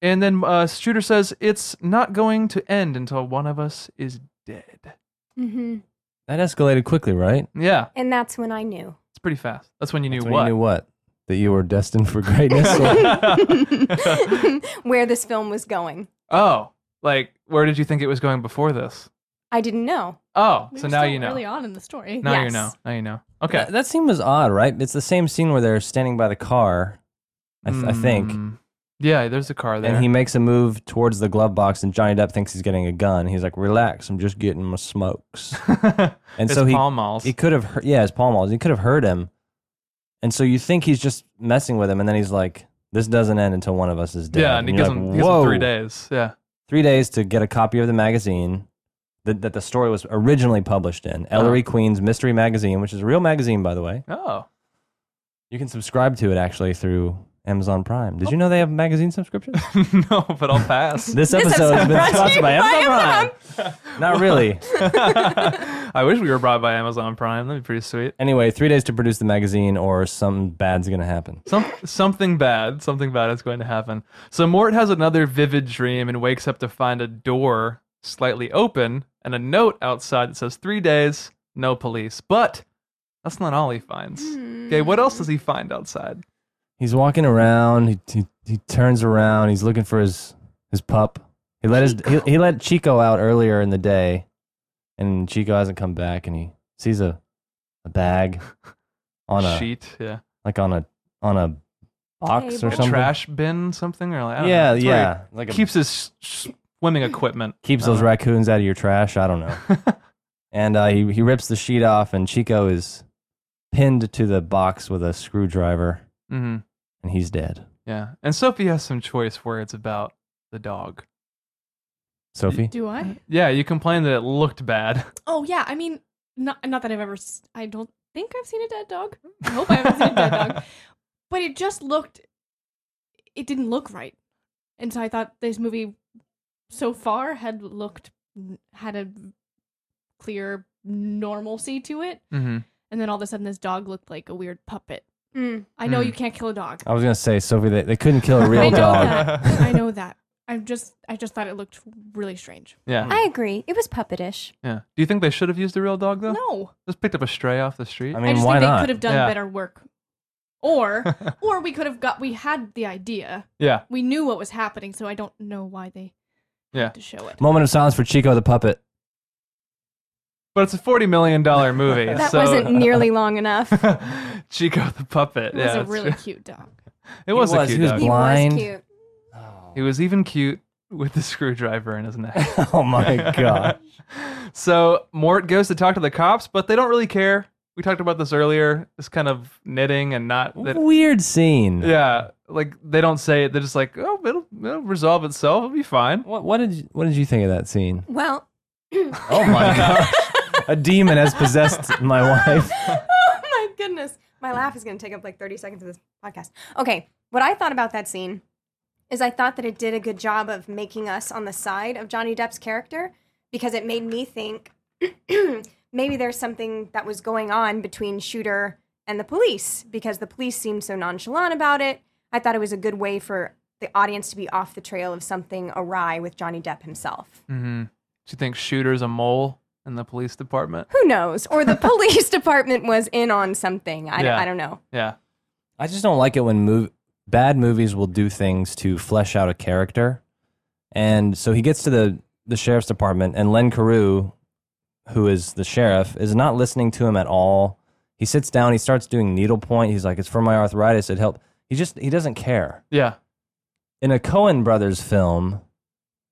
Speaker 6: and then uh, Shooter says it's not going to end until one of us is dead.
Speaker 9: hmm
Speaker 7: That escalated quickly, right?
Speaker 6: Yeah,
Speaker 9: And that's when I knew.
Speaker 6: it's pretty fast. That's when you knew
Speaker 7: That's when
Speaker 6: what.
Speaker 7: You knew what? that you were destined for greatness? or-
Speaker 9: where this film was going.
Speaker 6: Oh, like where did you think it was going before this?
Speaker 9: I didn't know.
Speaker 6: Oh,
Speaker 8: We
Speaker 6: so
Speaker 8: were
Speaker 6: now
Speaker 8: still
Speaker 6: you know.
Speaker 8: Early on in the story.
Speaker 6: Now you know. Now you know. Okay.
Speaker 7: That, that scene was odd, right? It's the same scene where they're standing by the car, I, th- I think,
Speaker 6: Mm. Yeah, there's a car there.
Speaker 7: and he makes a move towards the glove box, and Johnny Depp thinks he's getting a gun. He's like, "Relax, I'm just getting my smokes." and
Speaker 6: His
Speaker 7: so he
Speaker 6: Pall Malls.
Speaker 7: he could have, heard, yeah, his Pall Malls. He could have heard him, and so you think he's just messing with him, and then he's like, "This doesn't end until one of us is dead."
Speaker 6: yeah, and he
Speaker 7: you're
Speaker 6: gives,
Speaker 7: like,
Speaker 6: him, he gives him
Speaker 7: "Whoa."
Speaker 6: three days. Yeah.
Speaker 7: three days to get a copy of the magazine that, that the story was originally published in
Speaker 6: Uh-huh.
Speaker 7: Ellery Queen's Mystery Magazine, which is a real magazine, by the way.
Speaker 6: Oh,
Speaker 7: You can subscribe to it actually through Amazon Prime. Did you know they have magazine subscriptions?
Speaker 6: no, but I'll pass.
Speaker 7: This episode has been sponsored by Amazon Prime. Not really.
Speaker 6: I wish we were brought by Amazon Prime. That'd be pretty sweet.
Speaker 7: Anyway, three days to produce the magazine, or something bad's gonna happen.
Speaker 6: Some, something bad, something bad is going to happen. So Mort has another vivid dream and wakes up to find a door slightly open and a note outside that says three days, no police. But that's not all he finds.
Speaker 8: Hmm.
Speaker 6: Okay, what else does he find outside?
Speaker 7: He's walking around. He, he, he turns around. He's looking for his his pup. He let his he, he let Chico out earlier in the day, and Chico hasn't come back. And he sees a a bag on a
Speaker 6: sheet, yeah,
Speaker 7: like on a on a box or
Speaker 9: Table.
Speaker 6: a
Speaker 7: something.
Speaker 6: trash bin, something or like I don't
Speaker 7: Yeah,
Speaker 6: know. It's where he
Speaker 7: yeah, like a-
Speaker 6: keeps his s- swimming equipment.
Speaker 7: Keeps those raccoons out of your trash. I don't know. and uh, he he rips the sheet off, and Chico is pinned to the box with a screwdriver,
Speaker 6: hmm
Speaker 7: and he's dead.
Speaker 6: Yeah, and Sophie has some choice words about the dog.
Speaker 7: Sophie,
Speaker 8: Do I?
Speaker 6: Yeah, you complained that it looked bad.
Speaker 8: Oh yeah. I mean, not not that I've ever. s- I don't think I've seen a dead dog. I hope I haven't seen a dead dog. But it just looked. It didn't look right, and so I thought this movie, so far, had looked had a clear normalcy to it,
Speaker 6: Mm-hmm.
Speaker 8: and then all of a sudden, this dog looked like a weird puppet.
Speaker 9: Mm.
Speaker 8: I know
Speaker 6: Mm.
Speaker 8: you can't kill a dog.
Speaker 7: I was gonna say Sophie. They, they couldn't kill a
Speaker 8: I
Speaker 7: real
Speaker 8: know
Speaker 7: dog.
Speaker 8: that. I know that. I'm just. I just thought it looked really strange.
Speaker 6: Yeah,
Speaker 9: I agree. It was puppetish.
Speaker 6: yeah. Do you think they should have used a real dog though?
Speaker 8: No.
Speaker 6: Just picked up a stray off the street.
Speaker 7: I
Speaker 8: I
Speaker 7: mean,
Speaker 8: just
Speaker 7: why
Speaker 8: think
Speaker 7: not?
Speaker 8: they could have done
Speaker 6: Yeah.
Speaker 8: better work. Or or we could have got we had the idea.
Speaker 6: yeah,
Speaker 8: We knew what was happening, so I don't know why they
Speaker 6: yeah.
Speaker 8: had to show it.
Speaker 7: Moment of silence for Chico the puppet.
Speaker 6: But it's a forty million dollar movie.
Speaker 9: That
Speaker 6: so
Speaker 9: wasn't nearly long enough.
Speaker 6: Chico the puppet.
Speaker 8: It
Speaker 6: yeah,
Speaker 8: was a
Speaker 6: it's
Speaker 8: really
Speaker 6: true.
Speaker 8: cute dog.
Speaker 6: It was,
Speaker 7: was,
Speaker 6: a
Speaker 7: he
Speaker 6: cute
Speaker 7: was
Speaker 6: dog.
Speaker 9: He
Speaker 7: Blind.
Speaker 9: was cute.
Speaker 6: He was even cute with the screwdriver in his neck.
Speaker 7: Oh my god.
Speaker 6: so Mort goes to talk to the cops, but they don't really care. We talked about this earlier. This kind of knitting and not that.
Speaker 7: Weird scene.
Speaker 6: Yeah, like they don't say it. They're just like, oh, it'll, it'll resolve itself. It'll be fine.
Speaker 7: What, what did you, what did you think of that scene?
Speaker 9: Well,
Speaker 7: Oh my god. A demon has possessed my wife.
Speaker 9: oh my goodness. My laugh is going to take up like 30 seconds of this podcast. Okay, what I thought about that scene is I thought that it did a good job of making us on the side of Johnny Depp's character because it made me think maybe there's something that was going on between shooter and the police because the police seemed so nonchalant about it. I thought it was a good way for the audience to be off the trail of something awry with Johnny Depp himself.
Speaker 6: Mm-hmm. Do you think Shooter's a mole in the police department?
Speaker 9: Who knows? Or the police department was in on something. I,
Speaker 6: Yeah.
Speaker 9: I don't know.
Speaker 6: Yeah.
Speaker 7: I just don't like it when mov- bad movies will do things to flesh out a character. And so he gets to the, the sheriff's department, and Len Carew, who is the sheriff, is not listening to him at all. He sits down, he starts doing needlepoint. He's like, It's for my arthritis, it helped. He just, he doesn't care.
Speaker 6: Yeah.
Speaker 7: in a Cohen brothers film,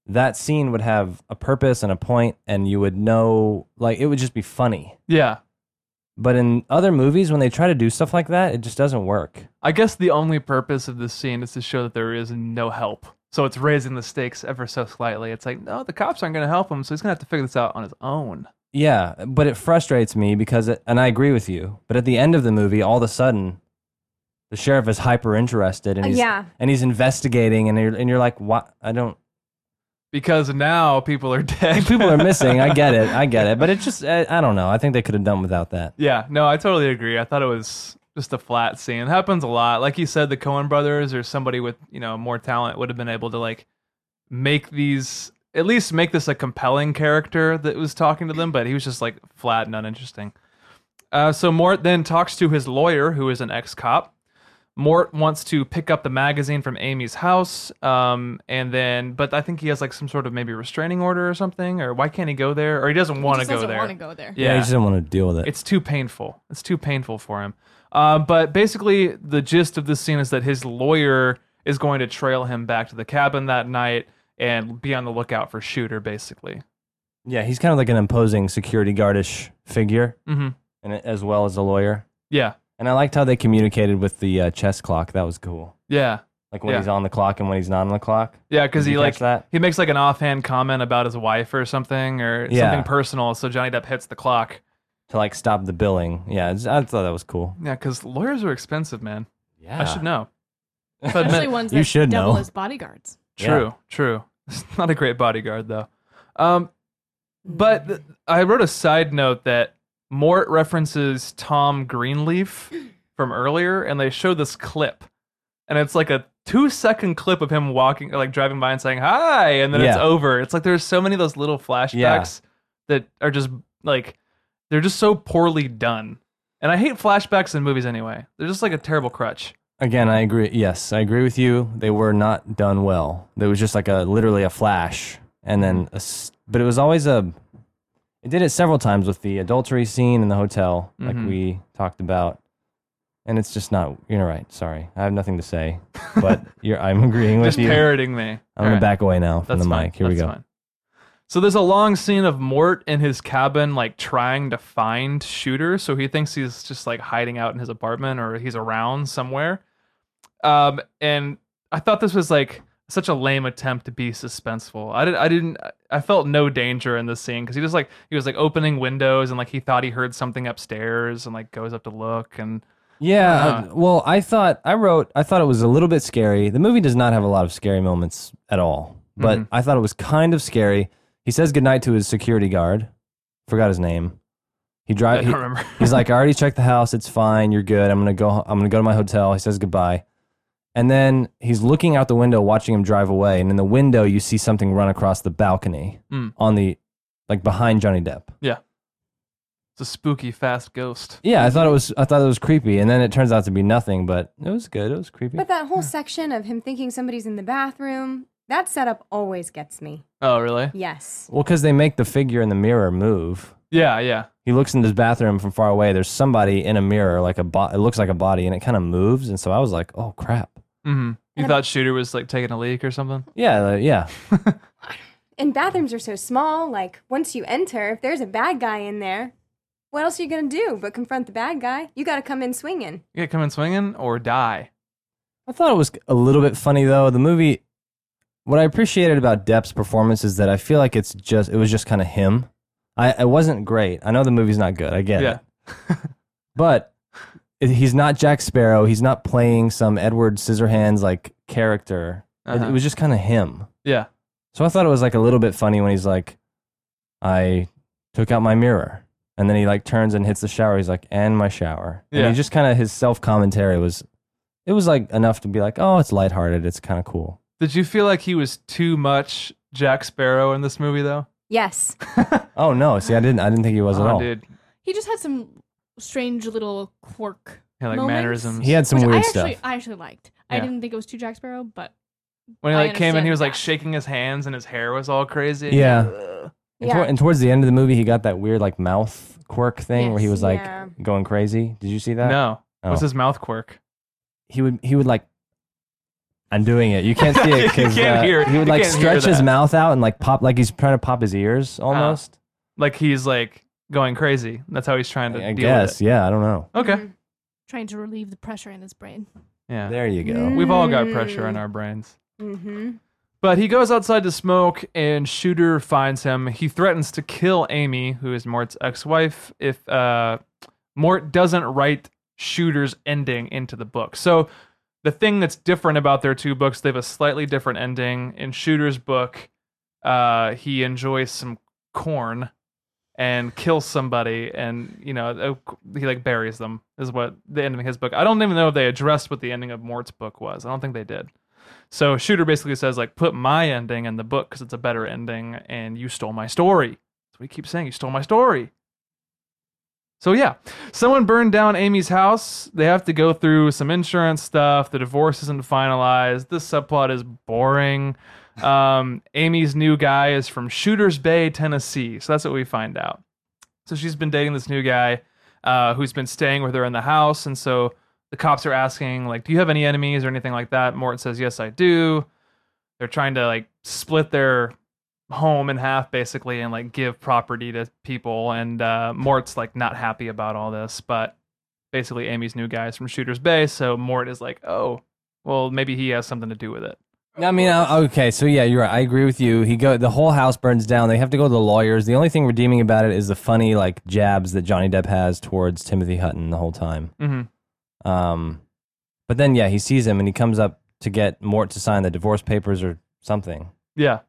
Speaker 7: that scene would have a purpose and a point, and you would know, like, it would just be funny.
Speaker 6: Yeah.
Speaker 7: But in other movies, when they try to do stuff like that, it just doesn't work.
Speaker 6: I guess the only purpose of this scene is to show that there is no help. So it's raising the stakes ever so slightly. It's like, no, the cops aren't going to help him, so he's going to have to figure this out on his own.
Speaker 7: Yeah, but it frustrates me because, it, and I agree with you. But at the end of the movie, all of a sudden, the sheriff is hyper interested, and
Speaker 9: Uh,
Speaker 7: he's,
Speaker 9: yeah.
Speaker 7: and he's investigating, and you're, and you're like, what? I don't.
Speaker 6: Because now people are dead.
Speaker 7: People are missing. I get it. I get it. But it just, I, I don't know. I think they could have done without that.
Speaker 6: Yeah, no, I totally agree. I thought it was just a flat scene. It happens a lot. Like you said, the Cohen brothers or somebody with, you know, more talent would have been able to like make these at least make this a compelling character that was talking to them, but he was just like flat and uninteresting. Uh, so Mort then talks to his lawyer, who is an ex cop. Mort wants to pick up the magazine from Amy's house, um, and then, but I think he has like some sort of maybe restraining order or something, or why can't he go there? Or he doesn't want to
Speaker 8: just
Speaker 6: go
Speaker 8: doesn't
Speaker 6: there.
Speaker 8: wanna go there.
Speaker 7: Yeah, he just didn't want to deal with it.
Speaker 6: It's too painful. It's too painful for him. Um, but basically, the gist of this scene is that his lawyer is going to trail him back to the cabin that night and be on the lookout for Shooter, basically.
Speaker 7: yeah, he's kind of like an imposing security guardish figure,
Speaker 6: Mm-hmm.
Speaker 7: and as well as a lawyer.
Speaker 6: Yeah.
Speaker 7: And I liked how they communicated with the uh, chess clock. That was cool.
Speaker 6: Yeah.
Speaker 7: Like when
Speaker 6: Yeah.
Speaker 7: he's on the clock and when he's not on the clock.
Speaker 6: Yeah, because
Speaker 7: Did
Speaker 6: he
Speaker 7: you
Speaker 6: like
Speaker 7: catch that?
Speaker 6: he makes like an offhand comment about his wife or something or
Speaker 7: Yeah.
Speaker 6: something personal. So Johnny Depp hits the clock.
Speaker 7: To like stop the billing. Yeah, it's- I thought that was cool.
Speaker 6: Yeah, because lawyers are expensive, man.
Speaker 7: Yeah.
Speaker 6: I should know. If I'd
Speaker 8: Especially
Speaker 6: met-
Speaker 8: ones that
Speaker 7: You should
Speaker 8: double
Speaker 7: know.
Speaker 8: as bodyguards.
Speaker 6: True, true. It's not a great bodyguard though. Um, but th- I wrote a side note that Mort references Tom Greenleaf from earlier, and they show this clip, and it's like a two-second clip of him walking, like driving by and saying hi, and then it's
Speaker 7: Yeah.
Speaker 6: over. It's like there's so many of those little flashbacks that are just like they're just so poorly done. And I hate flashbacks in movies anyway. They're just like a terrible crutch.
Speaker 7: Again, I agree. Yes, I agree with you. They were not done well. There was just like a literally a flash, and then a, s- but it was always a. It did it several times with the adultery scene in the hotel,
Speaker 6: Mhm.
Speaker 7: like we talked about, and it's just not. You're right. Sorry, I have nothing to say, but you're. I'm agreeing with
Speaker 6: Just
Speaker 7: you.
Speaker 6: parroting me.
Speaker 7: I'm gonna
Speaker 6: Alright.
Speaker 7: back away now from the
Speaker 6: fine.
Speaker 7: mic. Here we
Speaker 6: That's
Speaker 7: go.
Speaker 6: fine. So there's a long scene of Mort in his cabin, like trying to find Shooter. So he thinks he's just like hiding out in his apartment or he's around somewhere. Um, and I thought this was like such a lame attempt to be suspenseful. I did, I didn't, I felt no danger in this scene because he just like he was like opening windows and like he thought he heard something upstairs and like goes up to look and
Speaker 7: Yeah.
Speaker 6: Uh-huh.
Speaker 7: uh, well, I thought I wrote. I thought it was a little bit scary. The movie does not have a lot of scary moments at all, but
Speaker 6: Mm-hmm.
Speaker 7: I thought it was kind of scary. He says goodnight to his security guard. Forgot his name. He
Speaker 6: I,
Speaker 7: drives.
Speaker 6: don't remember.
Speaker 7: He's like, I already checked the house. It's fine. You're good. I'm gonna go. I'm gonna go to my hotel. He says goodbye, and then he's looking out the window, watching him drive away. And in the window, you see something run across the balcony
Speaker 6: Mm.
Speaker 7: on the, like behind Johnny Depp.
Speaker 6: It's a spooky fast ghost.
Speaker 7: Yeah, I thought it was. I thought it was creepy, and then it turns out to be nothing. But it was good. It was creepy.
Speaker 9: But that whole section of him thinking somebody's in the bathroom, that setup always gets me.
Speaker 6: Oh really?
Speaker 9: Yes.
Speaker 7: Well, because they make the figure in the mirror move.
Speaker 6: Yeah, yeah.
Speaker 7: He looks in his bathroom from far away. There's somebody in a mirror, like a bo- it looks like a body, and it kind of moves. And so I was like, "Oh crap!"
Speaker 6: hmm You thought Shooter was like taking a leak or something?
Speaker 7: Yeah, like, yeah,
Speaker 9: And bathrooms are so small, like once you enter, if there's a bad guy in there, what else are you going to do but confront the bad guy? You got to come in swinging.
Speaker 6: Yeah, come in swinging or die.
Speaker 7: I thought it was a little bit funny though. The movie, what I appreciated about Depp's performance is that I feel like it's just it was just kind of him. I it wasn't great. I know the movie's not good. I get
Speaker 6: Yeah.
Speaker 7: it, but it- he's not Jack Sparrow. He's not playing some Edward Scissorhands like character. It-
Speaker 6: Uh-huh.
Speaker 7: it was just kind of him.
Speaker 6: Yeah.
Speaker 7: So I thought it was like a little bit funny when he's like, I took out my mirror. And then he like turns and hits the shower. He's like, and my shower. And
Speaker 6: Yeah.
Speaker 7: he just kind of, his self commentary was, it was like enough to be like, oh, it's lighthearted. It's kind of cool.
Speaker 6: Did you feel like he was too much Jack Sparrow in this movie though?
Speaker 9: Yes.
Speaker 7: Oh, no. See, I didn't, I didn't think he was at
Speaker 6: Oh,
Speaker 7: all.
Speaker 6: dude.
Speaker 8: He just had some strange little quirk.
Speaker 6: Yeah, like
Speaker 8: Moments?
Speaker 6: mannerisms.
Speaker 7: He had some
Speaker 8: which
Speaker 7: weird
Speaker 8: I actually,
Speaker 7: stuff.
Speaker 8: I actually liked. I
Speaker 6: Yeah.
Speaker 8: didn't think it was too Jack Sparrow, but
Speaker 6: when he
Speaker 8: I
Speaker 6: like came in,
Speaker 8: understand
Speaker 6: he was like
Speaker 8: that.
Speaker 6: shaking his hands and his hair was all crazy.
Speaker 7: Yeah. And,
Speaker 9: Yeah.
Speaker 7: toward- and towards the end of the movie, he got that weird like mouth quirk thing where he
Speaker 8: Yes.
Speaker 7: was like
Speaker 9: Yeah.
Speaker 7: going crazy. Did you see that?
Speaker 6: No. What's
Speaker 7: Oh.
Speaker 6: his mouth quirk?
Speaker 7: He would, he would like, I'm doing it. You can't see it
Speaker 6: You
Speaker 7: because
Speaker 6: can't hear-
Speaker 7: uh, he would
Speaker 6: you
Speaker 7: like
Speaker 6: can't hear
Speaker 7: stretch his
Speaker 6: that.
Speaker 7: mouth out and like pop, like he's trying to pop his ears almost.
Speaker 6: Like he's like going crazy. That's how he's trying to
Speaker 7: I
Speaker 6: deal
Speaker 7: guess,
Speaker 6: with
Speaker 7: yeah, I don't know.
Speaker 6: it. Okay.
Speaker 8: trying to relieve the pressure in his brain.
Speaker 6: Yeah.
Speaker 7: There you go.
Speaker 6: We've all got pressure in our brains.
Speaker 9: Mm-hmm.
Speaker 6: But he goes outside to smoke, and Shooter finds him. He threatens to kill Amy, who is Mort's ex-wife, if uh, Mort doesn't write Shooter's ending into the book. So the thing that's different about their two books, they have a slightly different ending. In Shooter's book, uh, he enjoys some corn and kills somebody, and you know uh, he like buries them. Is what the ending of his book. I don't even know if they addressed what the ending of Mort's book was. I don't think they did. So Shooter basically says like, put my ending in the book because it's a better ending, and you stole my story. That's what he keeps saying. You stole my story. So yeah, someone burned down Amy's house. They have to go through some insurance stuff. The divorce isn't finalized. This subplot is boring. Um, Amy's new guy is from Shooters Bay, Tennessee. So that's what we find out. So she's been dating this new guy uh, who's been staying with her in the house, and so the cops are asking like, "Do you have any enemies or anything like that?" Mort says, "Yes, I do." They're trying to like split their home in half basically and like give property to people and uh mort's like not happy about all this but basically amy's new guy is from shooters bay so mort is like oh well maybe he has something to do with it
Speaker 7: I mean, uh, okay, so yeah, you're right. I agree with you. He go the whole house burns down. They have to go to the lawyers. The only thing redeeming about it is the funny like jabs that Johnny Depp has towards Timothy Hutton the whole time.
Speaker 6: mm-hmm.
Speaker 7: Um, but then yeah, he sees him and he comes up to get Mort to sign the divorce papers or something.
Speaker 6: yeah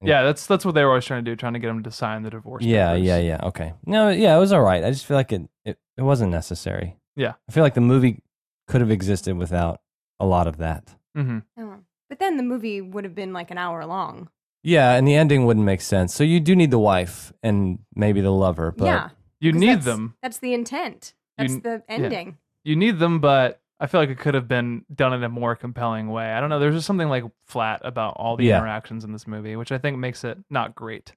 Speaker 6: yeah that's that's what they were always trying to do trying to get him to sign the divorce
Speaker 7: Yeah,
Speaker 6: papers.
Speaker 7: yeah, yeah. Okay. No, yeah, it was all right. I just feel like it, it it wasn't necessary.
Speaker 6: Yeah.
Speaker 7: I feel like the movie could have existed without a lot of that.
Speaker 6: mm-hmm.
Speaker 9: Oh. But then the movie would have been like an hour long.
Speaker 7: Yeah, and the ending wouldn't make sense. So you do need the wife and maybe the lover, but
Speaker 9: yeah.
Speaker 6: you
Speaker 9: 'cause
Speaker 6: need
Speaker 9: that's-
Speaker 6: them
Speaker 9: That's the intent.
Speaker 6: You
Speaker 9: That's
Speaker 6: n-
Speaker 9: the ending.
Speaker 6: you need them but i feel like it could have been done in a more compelling way i don't know there's just something like flat about all the
Speaker 7: Yeah.
Speaker 6: interactions in this movie which i think makes it not great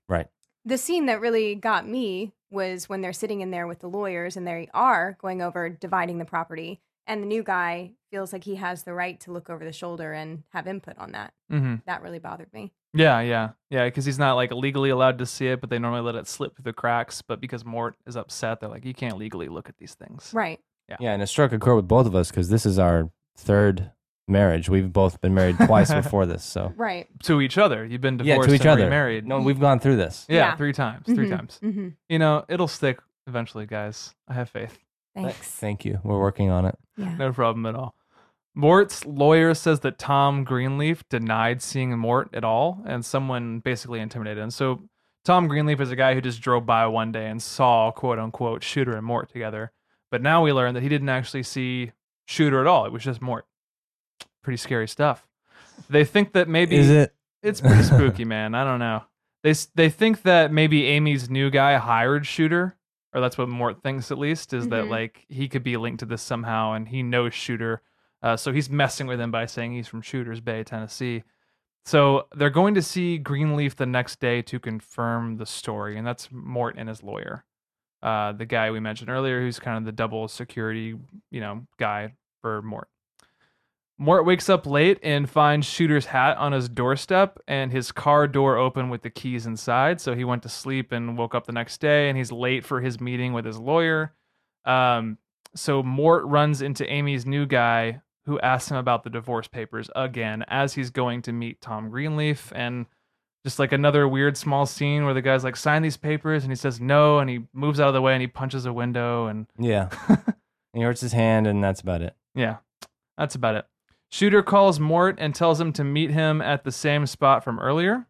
Speaker 9: The scene that really got me was when they're sitting in there with the lawyers and they are going over dividing the property. And the new guy feels like he has the right to look over the shoulder and have input on that.
Speaker 6: mm-hmm.
Speaker 9: That really bothered me.
Speaker 6: Yeah, yeah, yeah. Because he's not like legally allowed to see it, but they normally let it slip through the cracks. But because Mort is upset, they're like, you can't legally look at these things.
Speaker 9: Right.
Speaker 7: yeah, and it struck a chord with both of us cuz this is our third marriage. We've both been married twice before this, so
Speaker 9: Right.
Speaker 6: To each other, you've been divorced
Speaker 7: yeah, to each
Speaker 6: and
Speaker 7: other.
Speaker 6: remarried.
Speaker 7: No, we've gone through this.
Speaker 6: yeah,
Speaker 9: Yeah.
Speaker 6: three times, 3
Speaker 9: Mhm,
Speaker 6: times.
Speaker 9: mhm.
Speaker 6: You know, it'll stick eventually, guys. I have faith.
Speaker 9: Thanks.
Speaker 7: Thank you. We're working on it.
Speaker 9: Yeah.
Speaker 6: No problem at all. Mort's lawyer says that Tom Greenleaf denied seeing Mort at all, and someone basically intimidated him. So Tom Greenleaf is a guy who just drove by one day and saw "quote unquote" Shooter and Mort together. But now we learn that he didn't actually see Shooter at all; it was just Mort. Pretty scary stuff. They think that maybe
Speaker 7: Is it
Speaker 6: it's pretty spooky, man. I don't know. They s- they think that maybe Amy's new guy hired Shooter, or that's what Mort thinks at least, is that
Speaker 9: Mhm.
Speaker 6: like he could be linked to this somehow, and he knows Shooter, uh, so he's messing with him by saying he's from Shooter's Bay, Tennessee. So they're going to see Greenleaf the next day to confirm the story, and that's Mort and his lawyer, uh, the guy we mentioned earlier, who's kind of the double security, you know, guy for Mort. Mort wakes up late and finds Shooter's hat on his doorstep and his car door open with the keys inside. So he went to sleep and woke up the next day and he's late for his meeting with his lawyer. Um, so Mort runs into Amy's new guy who asks him about the divorce papers again as he's going to meet Tom Greenleaf and just like another weird small scene where the guy's like sign these papers and he says no and he moves out of the way and he punches a window and
Speaker 7: Yeah. he hurts his hand and that's about it.
Speaker 6: yeah, that's about it. Shooter calls Mort and tells him to meet him at the same spot from earlier.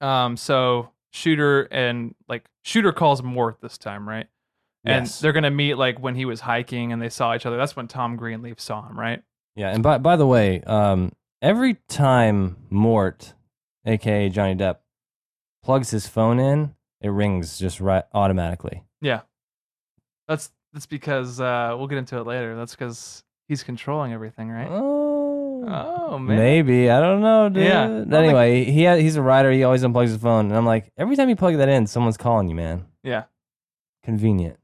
Speaker 6: Um, so Shooter and like Shooter calls Mort this time, right?
Speaker 7: Yes.
Speaker 6: And they're gonna meet like when he was hiking and they saw each other. That's when Tom Greenleaf saw him, right?
Speaker 7: Yeah, and by by the way, um, every time Mort, aka Johnny Depp, plugs his phone in, it rings just right automatically.
Speaker 6: That's that's because uh, we'll get into it later. That's because he's controlling everything, right?
Speaker 7: Oh,
Speaker 6: Oh man,
Speaker 7: maybe I don't know, dude.
Speaker 6: Yeah.
Speaker 7: Anyway, he ha- he's a writer. He always unplugs his phone, and I'm like, every time you plug that in, someone's calling you, man.
Speaker 6: Yeah.
Speaker 7: Convenient.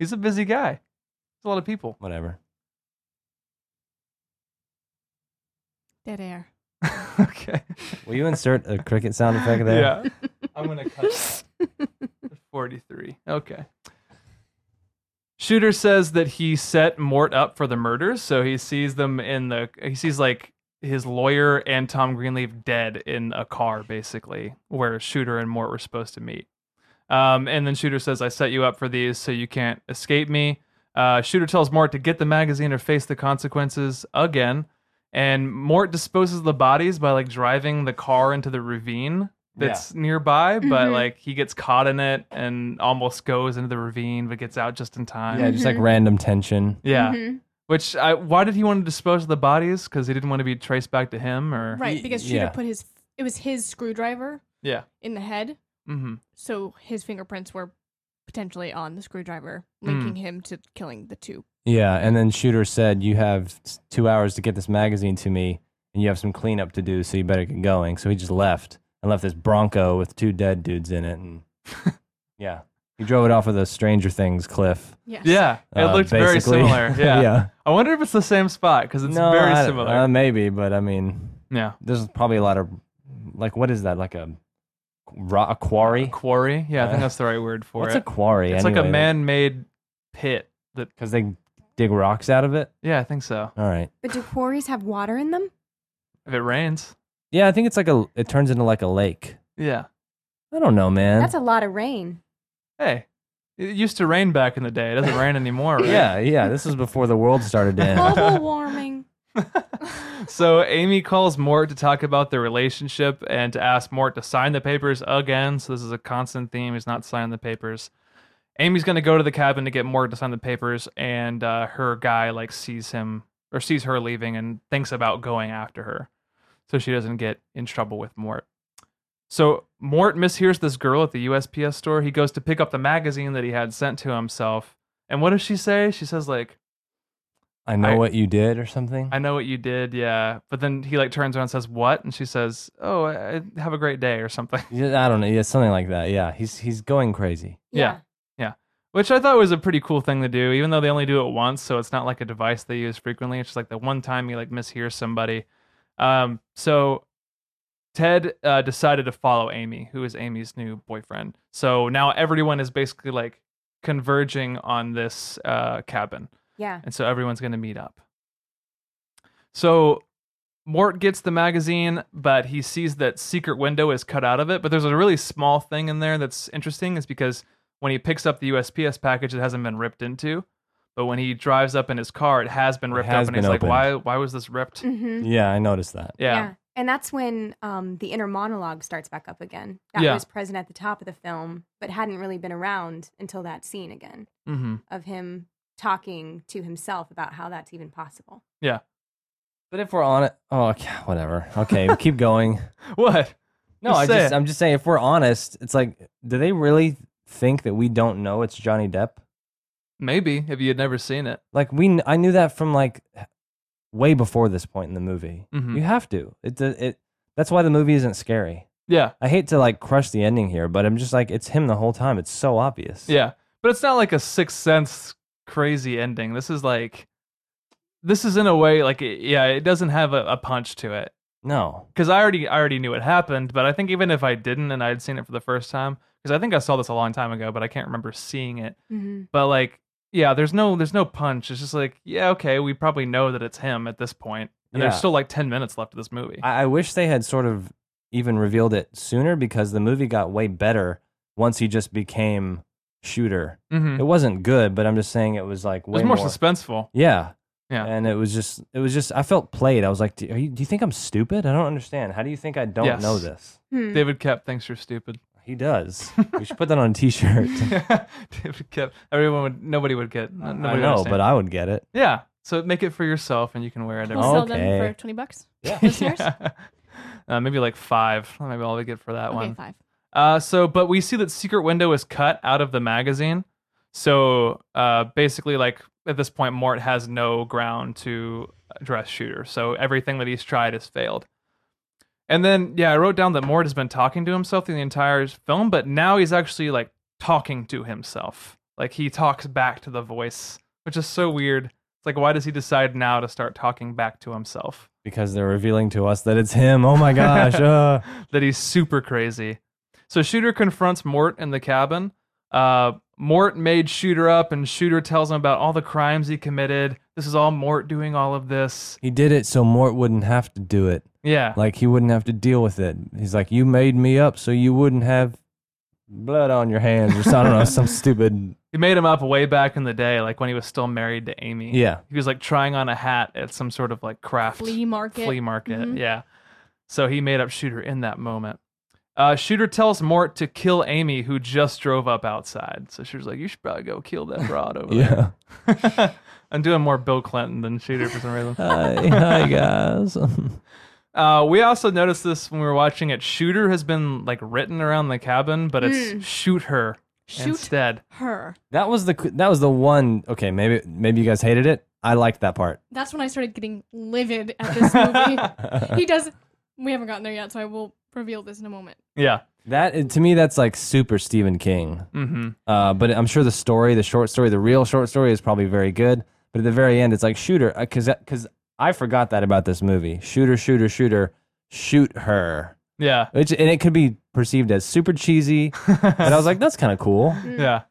Speaker 6: he's a busy guy. There's a lot of people.
Speaker 7: Whatever.
Speaker 8: Dead air.
Speaker 6: okay.
Speaker 7: Will you insert a cricket sound effect there?
Speaker 6: Yeah. I'm gonna cut that. 43. Okay. Shooter says that he set Mort up for the murders, so he sees them in the he sees like his lawyer and Tom Greenleaf dead in a car, basically, where Shooter and Mort were supposed to meet. Um, and then Shooter says, "I set you up for these, so you can't escape me." Uh, Shooter tells Mort to get the magazine or face the consequences again. And Mort disposes of the bodies by like driving the car into the ravine that's nearby, but
Speaker 8: Mm-hmm.
Speaker 9: Mhm.
Speaker 6: like he gets caught in it and almost goes into the ravine, but gets out just in time.
Speaker 7: Yeah, just like random tension.
Speaker 6: Yeah.
Speaker 8: Mm-hmm.
Speaker 7: Mm-hmm.
Speaker 9: Mhm.
Speaker 6: Which I, why did he want to dispose of the bodies? Because he didn't want to be traced back to him, or
Speaker 8: Right, because Shooter
Speaker 7: yeah.
Speaker 8: put his it was his screwdriver
Speaker 6: yeah.
Speaker 8: in the head,
Speaker 6: Mm-hmm.
Speaker 8: so his fingerprints were potentially on the screwdriver,
Speaker 6: Hmm.
Speaker 8: linking him to killing the two.
Speaker 7: Yeah, and then Shooter said, "You have s- two hours to get this magazine to me, and you have some cleanup to do, so you better get going." So he just left and left this Bronco with two dead dudes in it, and yeah, he drove it off of the Stranger Things cliff.
Speaker 8: Yes.
Speaker 6: Yeah, it
Speaker 7: Uh,
Speaker 6: looked very
Speaker 7: basically.
Speaker 6: similar. Yeah.
Speaker 7: Yeah.
Speaker 6: I wonder if it's the same spot because it's
Speaker 7: No,
Speaker 6: very
Speaker 7: I-
Speaker 6: similar.
Speaker 7: uh, maybe, but I mean,
Speaker 6: yeah.
Speaker 7: there's probably a lot of like, what is that? Like a ro- a quarry?
Speaker 6: Quarry. Yeah, I think
Speaker 7: Uh,
Speaker 6: that's the right word for
Speaker 7: What's
Speaker 6: it.
Speaker 7: a quarry?
Speaker 6: it's like a man made pit that,
Speaker 7: because they dig rocks out of it.
Speaker 6: yeah, I think so.
Speaker 7: All right.
Speaker 9: But do quarries have water in them?
Speaker 6: If it rains.
Speaker 7: Yeah, I think it's like a. It turns into like a lake.
Speaker 6: Yeah.
Speaker 7: I don't know, man.
Speaker 9: That's a lot of rain.
Speaker 6: Hey, it used to rain back in the day. It doesn't rain anymore, right?
Speaker 7: yeah, yeah. This is before the world started to end.
Speaker 9: Global warming.
Speaker 6: So Amy calls Mort to talk about their relationship and to ask Mort to sign the papers again. So this is a constant theme. He's not signing the papers. Amy's going to go to the cabin to get Mort to sign the papers, and uh, her guy like sees him or sees her leaving and thinks about going after her, so she doesn't get in trouble with Mort. So Mort mishears this girl at the USPS store. He goes to pick up the magazine that he had sent to himself, and what does she say? She says like,
Speaker 7: I know
Speaker 6: I-
Speaker 7: what you did or something.
Speaker 6: I know what you did, yeah. But then he like turns around and says, "What?" And she says, "Oh, I, I- have a great day" or something.
Speaker 7: Yeah, I don't know. Yeah, something like that. Yeah, he's he's going crazy.
Speaker 6: Yeah. Which I thought was a pretty cool thing to do, even though they only do it once, so it's not like a device they use frequently. It's just like the one time you like mishear somebody. Um, so Ted uh, decided to follow Amy, who is Amy's new boyfriend. So now everyone is basically like converging on this uh, cabin.
Speaker 9: Yeah.
Speaker 6: and so everyone's going to meet up. So Mort gets the magazine, but he sees that secret window is cut out of it. But there's a really small thing in there that's interesting, is because when he picks up the USPS package, it hasn't been ripped into. But when he drives up in his car, it has been
Speaker 7: It
Speaker 6: ripped
Speaker 7: has
Speaker 6: up, and
Speaker 7: been
Speaker 6: he's
Speaker 7: opened.
Speaker 6: like, "Why? Why was this ripped?"
Speaker 9: Mm-hmm.
Speaker 7: Yeah, I noticed that.
Speaker 6: Yeah,
Speaker 9: And that's when um, the inner monologue starts back up again. That
Speaker 6: Yeah.
Speaker 9: was present at the top of the film, but hadn't really been around until that scene again
Speaker 6: hmm
Speaker 9: of him talking to himself about how that's even possible.
Speaker 7: But if we're on it, oh, okay, whatever. Okay, we keep going.
Speaker 6: What?
Speaker 7: No,
Speaker 6: Just
Speaker 7: I
Speaker 6: say
Speaker 7: just
Speaker 6: it.
Speaker 7: I'm just saying if we're honest, it's like, do they really think that we don't know it's Johnny Depp?
Speaker 6: Maybe if you had never seen it.
Speaker 7: Like we, kn- I knew that from like way before this point in the movie.
Speaker 6: Mhm.
Speaker 7: You have to. It it. That's why the movie isn't scary.
Speaker 6: Yeah,
Speaker 7: I hate to like crush the ending here, but I'm just like it's him the whole time. It's so obvious.
Speaker 6: yeah, but it's not like a sixth sense crazy ending. This is like, this is in a way like, it- yeah, it doesn't have a, a punch to it.
Speaker 7: No.
Speaker 6: because I already I already knew it happened, but I think even if I didn't and I had seen it for the first time, because I think I saw this a long time ago, but I can't remember seeing it.
Speaker 9: Mm-hmm.
Speaker 6: But like, yeah, there's no there's no punch. It's just like, yeah, okay, we probably know that it's him at this point, and
Speaker 7: Yeah.
Speaker 6: there's still like ten minutes left of this movie.
Speaker 7: I, I wish they had sort of even revealed it sooner because the movie got way better once he just became shooter.
Speaker 6: Mhm.
Speaker 7: It wasn't good, but I'm just saying it was like
Speaker 6: It was
Speaker 7: way
Speaker 6: more, suspenseful.
Speaker 7: yeah.
Speaker 6: Yeah.
Speaker 7: And it was just, it was just, I felt played. I was like, do, are you, do you think I'm stupid? I don't understand. How do you think I don't
Speaker 6: Yes.
Speaker 7: know this?
Speaker 6: David Kep thinks you're stupid.
Speaker 7: He does. we should put that on a t shirt.
Speaker 6: David Kep. Everyone would nobody would get. no-
Speaker 7: I
Speaker 6: Nobody
Speaker 7: know, but I would get it.
Speaker 6: I- yeah. So make it for yourself, and you can wear it.
Speaker 8: We'll
Speaker 6: everywhere.
Speaker 8: sell them
Speaker 7: Okay.
Speaker 8: for twenty bucks.
Speaker 7: Yeah.
Speaker 8: Listeners?
Speaker 6: Yeah. Uh, maybe like five. Maybe I'll get for that one.
Speaker 8: Okay, five.
Speaker 6: Uh, so, but we see that Secret Window is cut out of the magazine. So, uh, basically, like at this point, Mort has no ground to address Shooter. So everything that he's tried has failed. And then, yeah, I wrote down that Mort has been talking to himself through the entire film, but now he's actually like talking to himself. Like he talks back to the voice, which is so weird. It's like, why does he decide now to start talking back to himself?
Speaker 7: Because they're revealing to us that it's him. Oh my gosh. uh.
Speaker 6: that he's super crazy. So Shooter confronts Mort in the cabin. Uh, Mort made Shooter up, and Shooter tells him about all the crimes he committed. This is all Mort doing all of this.
Speaker 7: He did it so Mort wouldn't have to do it.
Speaker 6: Yeah.
Speaker 7: Like he wouldn't have to deal with it. He's like, you made me up so you wouldn't have blood on your hands or something. I don't know, some stupid.
Speaker 6: He made him up way back in the day, like when he was still married to Amy.
Speaker 7: Yeah.
Speaker 6: He was like trying on a hat at some sort of like craft
Speaker 8: Flea market.
Speaker 6: Flea market,
Speaker 8: Mhm.
Speaker 6: yeah. So he made up Shooter in that moment. Uh, Shooter tells Mort to kill Amy, who just drove up outside. So Shooter's like, "You should probably go kill that broad over there."
Speaker 7: Yeah.
Speaker 6: I'm doing more Bill Clinton than Shooter for some reason.
Speaker 7: Hi, hi guys.
Speaker 6: Uh, we also noticed this when we were watching it. Shooter has been like written around the cabin, but it's shoot her
Speaker 8: Hmm. Shoot
Speaker 6: instead.
Speaker 8: her.
Speaker 7: That was the that was the one. Okay, maybe maybe you guys hated it. I liked that part.
Speaker 8: That's when I started getting livid at this movie. he does. We haven't gotten there yet, so I will reveal this in a moment.
Speaker 6: Yeah.
Speaker 7: That to me, that's like super Stephen King.
Speaker 6: Mm-hmm.
Speaker 7: Uh, but I'm sure the story, the short story, the real short story is probably very good. But at the very end, it's like shooter, uh, because because I forgot that about this movie. Shooter, shooter, shooter, shoot her.
Speaker 6: Yeah.
Speaker 7: Which and it could be perceived as super cheesy. but I was like, that's kind of cool.
Speaker 8: Hmm.
Speaker 6: Yeah.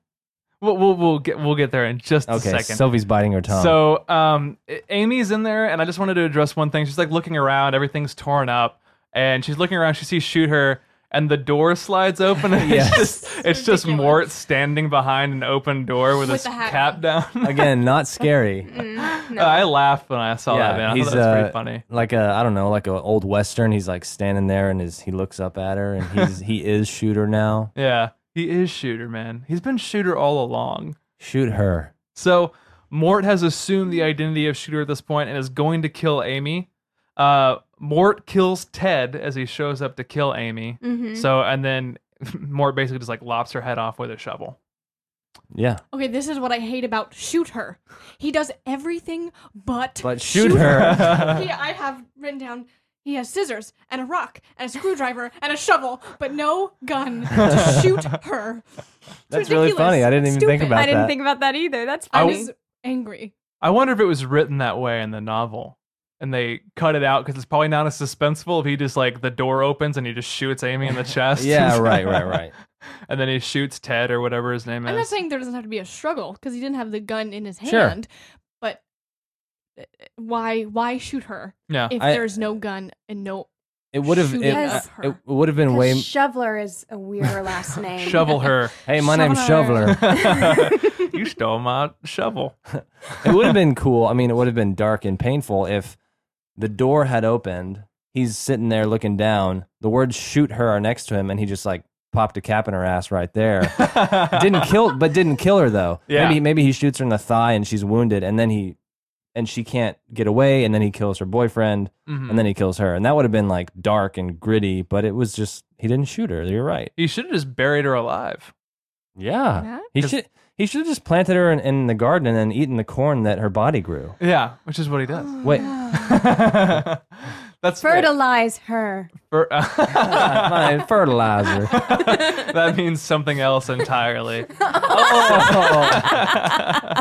Speaker 6: We'll, we'll we'll get we'll get there in just a
Speaker 7: Okay,
Speaker 6: second.
Speaker 7: Sylvie's biting her tongue.
Speaker 6: So um, A- Amy's in there, and I just wanted to address one thing. She's like looking around, everything's torn up, and she's looking around. She sees shoot her, and the door slides open. And
Speaker 7: Yes.
Speaker 6: it's just it's just Mort standing behind an open door with,
Speaker 8: With
Speaker 6: his
Speaker 8: the hat
Speaker 6: cap down.
Speaker 7: again, not scary.
Speaker 9: Mm, no.
Speaker 6: I laughed when I saw that. Man, I
Speaker 7: he's
Speaker 6: thought that was
Speaker 7: uh,
Speaker 6: pretty funny.
Speaker 7: like a I don't know, like an old western. He's like standing there and his he looks up at her and he's he is shooter now.
Speaker 6: Yeah, he is shooter, man. He's been shooter all along.
Speaker 7: Shoot her.
Speaker 6: So Mort has assumed the identity of Shooter at this point and is going to kill Amy. Uh, Mort kills Ted as he shows up to kill Amy.
Speaker 9: Mhm.
Speaker 6: So and then Mort basically just like lops her head off with a shovel.
Speaker 7: Yeah,
Speaker 8: Okay, this is what I hate about shoot her. He does everything but
Speaker 7: but shoot, her.
Speaker 8: he, I have written down. He has scissors and a rock and a screwdriver and a shovel, but no gun to shoot her. It's
Speaker 7: That's really
Speaker 8: ridiculous.
Speaker 7: funny. I didn't even think
Speaker 8: Stupid.
Speaker 7: about
Speaker 9: I didn't
Speaker 7: that.
Speaker 9: think about that either. That's
Speaker 6: I
Speaker 8: I
Speaker 9: funny.
Speaker 8: was angry.
Speaker 6: I wonder if it was written that way in the novel. And they cut it out because it's probably not as suspenseful if he just like the door opens and he just shoots Amy in the chest.
Speaker 7: yeah, right, right, right.
Speaker 6: and then he shoots Ted or whatever his name
Speaker 8: I'm not
Speaker 6: is.
Speaker 8: saying there doesn't have to be a struggle because he didn't have the gun in his
Speaker 7: Sure.
Speaker 8: hand, but uh, why why shoot her
Speaker 6: Yeah.
Speaker 8: if
Speaker 7: I-
Speaker 8: there's no gun and no
Speaker 7: It would have
Speaker 8: Shoot
Speaker 7: it,
Speaker 8: her.
Speaker 7: uh, it would have been way.
Speaker 9: Shoveler is a weirder last name.
Speaker 6: Shovel her.
Speaker 7: hey, my name's
Speaker 8: Shoveler.
Speaker 7: Shoveler.
Speaker 6: you stole my shovel.
Speaker 7: it would have been cool. I mean, it would have been dark and painful if the door had opened. He's sitting there looking down. The words "shoot her" are next to him, and he just like popped a cap in her ass right there. didn't kill, but didn't kill her though.
Speaker 6: Yeah.
Speaker 7: Maybe maybe he shoots her in the thigh and she's wounded, and then he and she can't get away, and then he kills her boyfriend,
Speaker 6: Mhm.
Speaker 7: and then he kills her, and that would have been like dark and gritty. But it was just he didn't shoot her. You're right.
Speaker 6: He should have just buried her alive.
Speaker 7: Yeah,
Speaker 8: Yeah.
Speaker 7: he
Speaker 6: 'Cause-
Speaker 7: should he should have just planted her in, in the garden and then eaten the corn that her body grew.
Speaker 6: Yeah, which is what he does.
Speaker 7: Wait,
Speaker 8: Oh.
Speaker 6: That's
Speaker 9: Fertilize her.
Speaker 6: Fer-
Speaker 7: Ah, my fertilizer.
Speaker 6: that means something else entirely.
Speaker 8: Oh.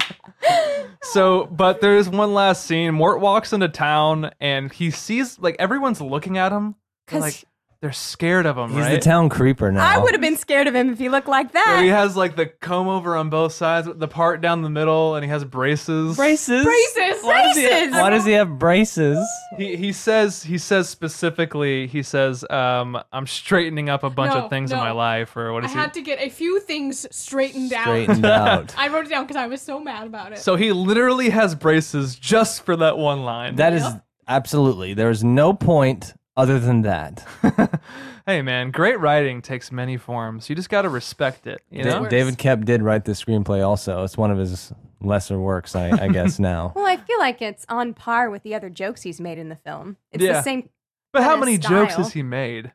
Speaker 6: so, but there's one last scene. Mort walks into town and he sees like everyone's looking at him. They're
Speaker 9: 'Cause-
Speaker 6: like they're scared of him,
Speaker 7: He's
Speaker 6: right?
Speaker 7: the town creeper now.
Speaker 9: I would have been scared of him if he looked like
Speaker 6: Where he
Speaker 9: that.
Speaker 6: has like the comb over on both sides, the part down the middle, and he has braces.
Speaker 7: braces.
Speaker 8: braces.
Speaker 7: Why does he-
Speaker 9: Braces!
Speaker 7: why does he have braces?
Speaker 6: He he says he says specifically he says um I'm straightening up a bunch
Speaker 8: No,
Speaker 6: of things in
Speaker 8: no.
Speaker 6: my life or what
Speaker 8: I
Speaker 6: is he?
Speaker 8: had to get a few things straightened,
Speaker 7: Straightened
Speaker 8: out.
Speaker 7: out.
Speaker 8: I wrote it down because I was so mad about it.
Speaker 6: So he literally has braces just for that one line.
Speaker 7: That is absolutely. There is no point other than that.
Speaker 6: hey man, great writing takes many forms. You just got to respect it, you
Speaker 7: Da-
Speaker 6: know?
Speaker 7: David Kep did write this screenplay. Also, it's one of his lesser works, I, I guess. Now,
Speaker 9: Well, I feel like it's on par with the other jokes he's made in the film. It's
Speaker 6: Yeah.
Speaker 9: the same
Speaker 6: But how
Speaker 9: kinda
Speaker 6: many
Speaker 9: style.
Speaker 6: jokes has he made?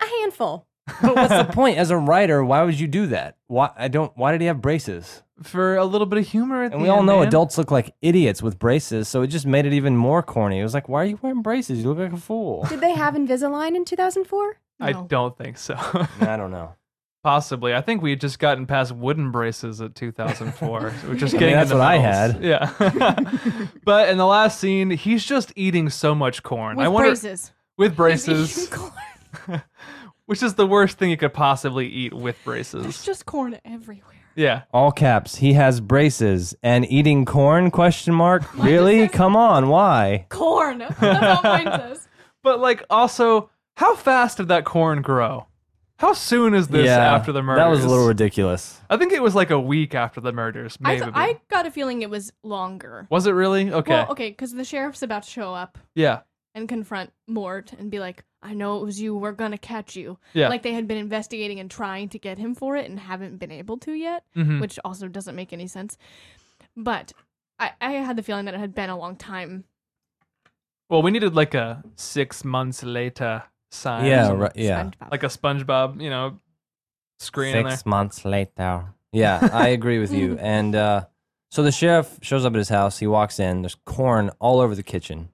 Speaker 9: a handful.
Speaker 7: but what's the point as a writer? Why would you do that? Why I don't. Why did he have braces?
Speaker 6: For a little bit of humor at
Speaker 7: And
Speaker 6: the
Speaker 7: we all
Speaker 6: end,
Speaker 7: know
Speaker 6: man.
Speaker 7: adults look like idiots with braces, so it just made it even more corny. It was like, why are you wearing braces? You look like a fool.
Speaker 9: Did they have Invisalign in 2004?
Speaker 6: I
Speaker 8: No.
Speaker 6: don't think so.
Speaker 7: I don't know.
Speaker 6: Possibly. I think we had just gotten past wooden braces at 2004. So we're just
Speaker 7: I mean,
Speaker 6: getting
Speaker 7: that's
Speaker 6: into
Speaker 7: what I
Speaker 6: metals. Yeah. but in the last scene, he's just eating so much corn.
Speaker 8: with
Speaker 6: I wonder
Speaker 8: braces.
Speaker 6: with
Speaker 8: It's
Speaker 6: braces,
Speaker 8: corn.
Speaker 6: which is the worst thing you could possibly eat with
Speaker 8: There's
Speaker 6: braces.
Speaker 8: just corn everywhere.
Speaker 6: Yeah.
Speaker 7: All caps. He has braces and eating corn? Question mark. Really? Come on. Why?
Speaker 8: Corn. That's how mine says.
Speaker 6: But like also, how fast did that corn grow? How soon is this after the murders?
Speaker 7: That was a little ridiculous.
Speaker 6: I think it was like a week after the murders,
Speaker 8: I,
Speaker 6: maybe.
Speaker 8: th- I got a feeling it was longer.
Speaker 6: was it really? Okay.
Speaker 8: Well, okay, because the sheriff's about to show up
Speaker 6: Yeah.
Speaker 8: and confront Mort and be like, "I know it was you. We're gonna catch you."
Speaker 6: Yeah.
Speaker 8: Like they had been investigating and trying to get him for it and haven't been able to yet,
Speaker 6: Mhm.
Speaker 8: which also doesn't make any sense. But I, I had the feeling that it had been a long time.
Speaker 6: Well, we needed like a six months later sign.
Speaker 7: Yeah. Right, yeah.
Speaker 8: SpongeBob.
Speaker 6: Like a SpongeBob, you know, screen in there.
Speaker 7: Six months later. Yeah, I agree with you. And uh, so the sheriff shows up at his house. He walks in. There's corn all over the kitchen.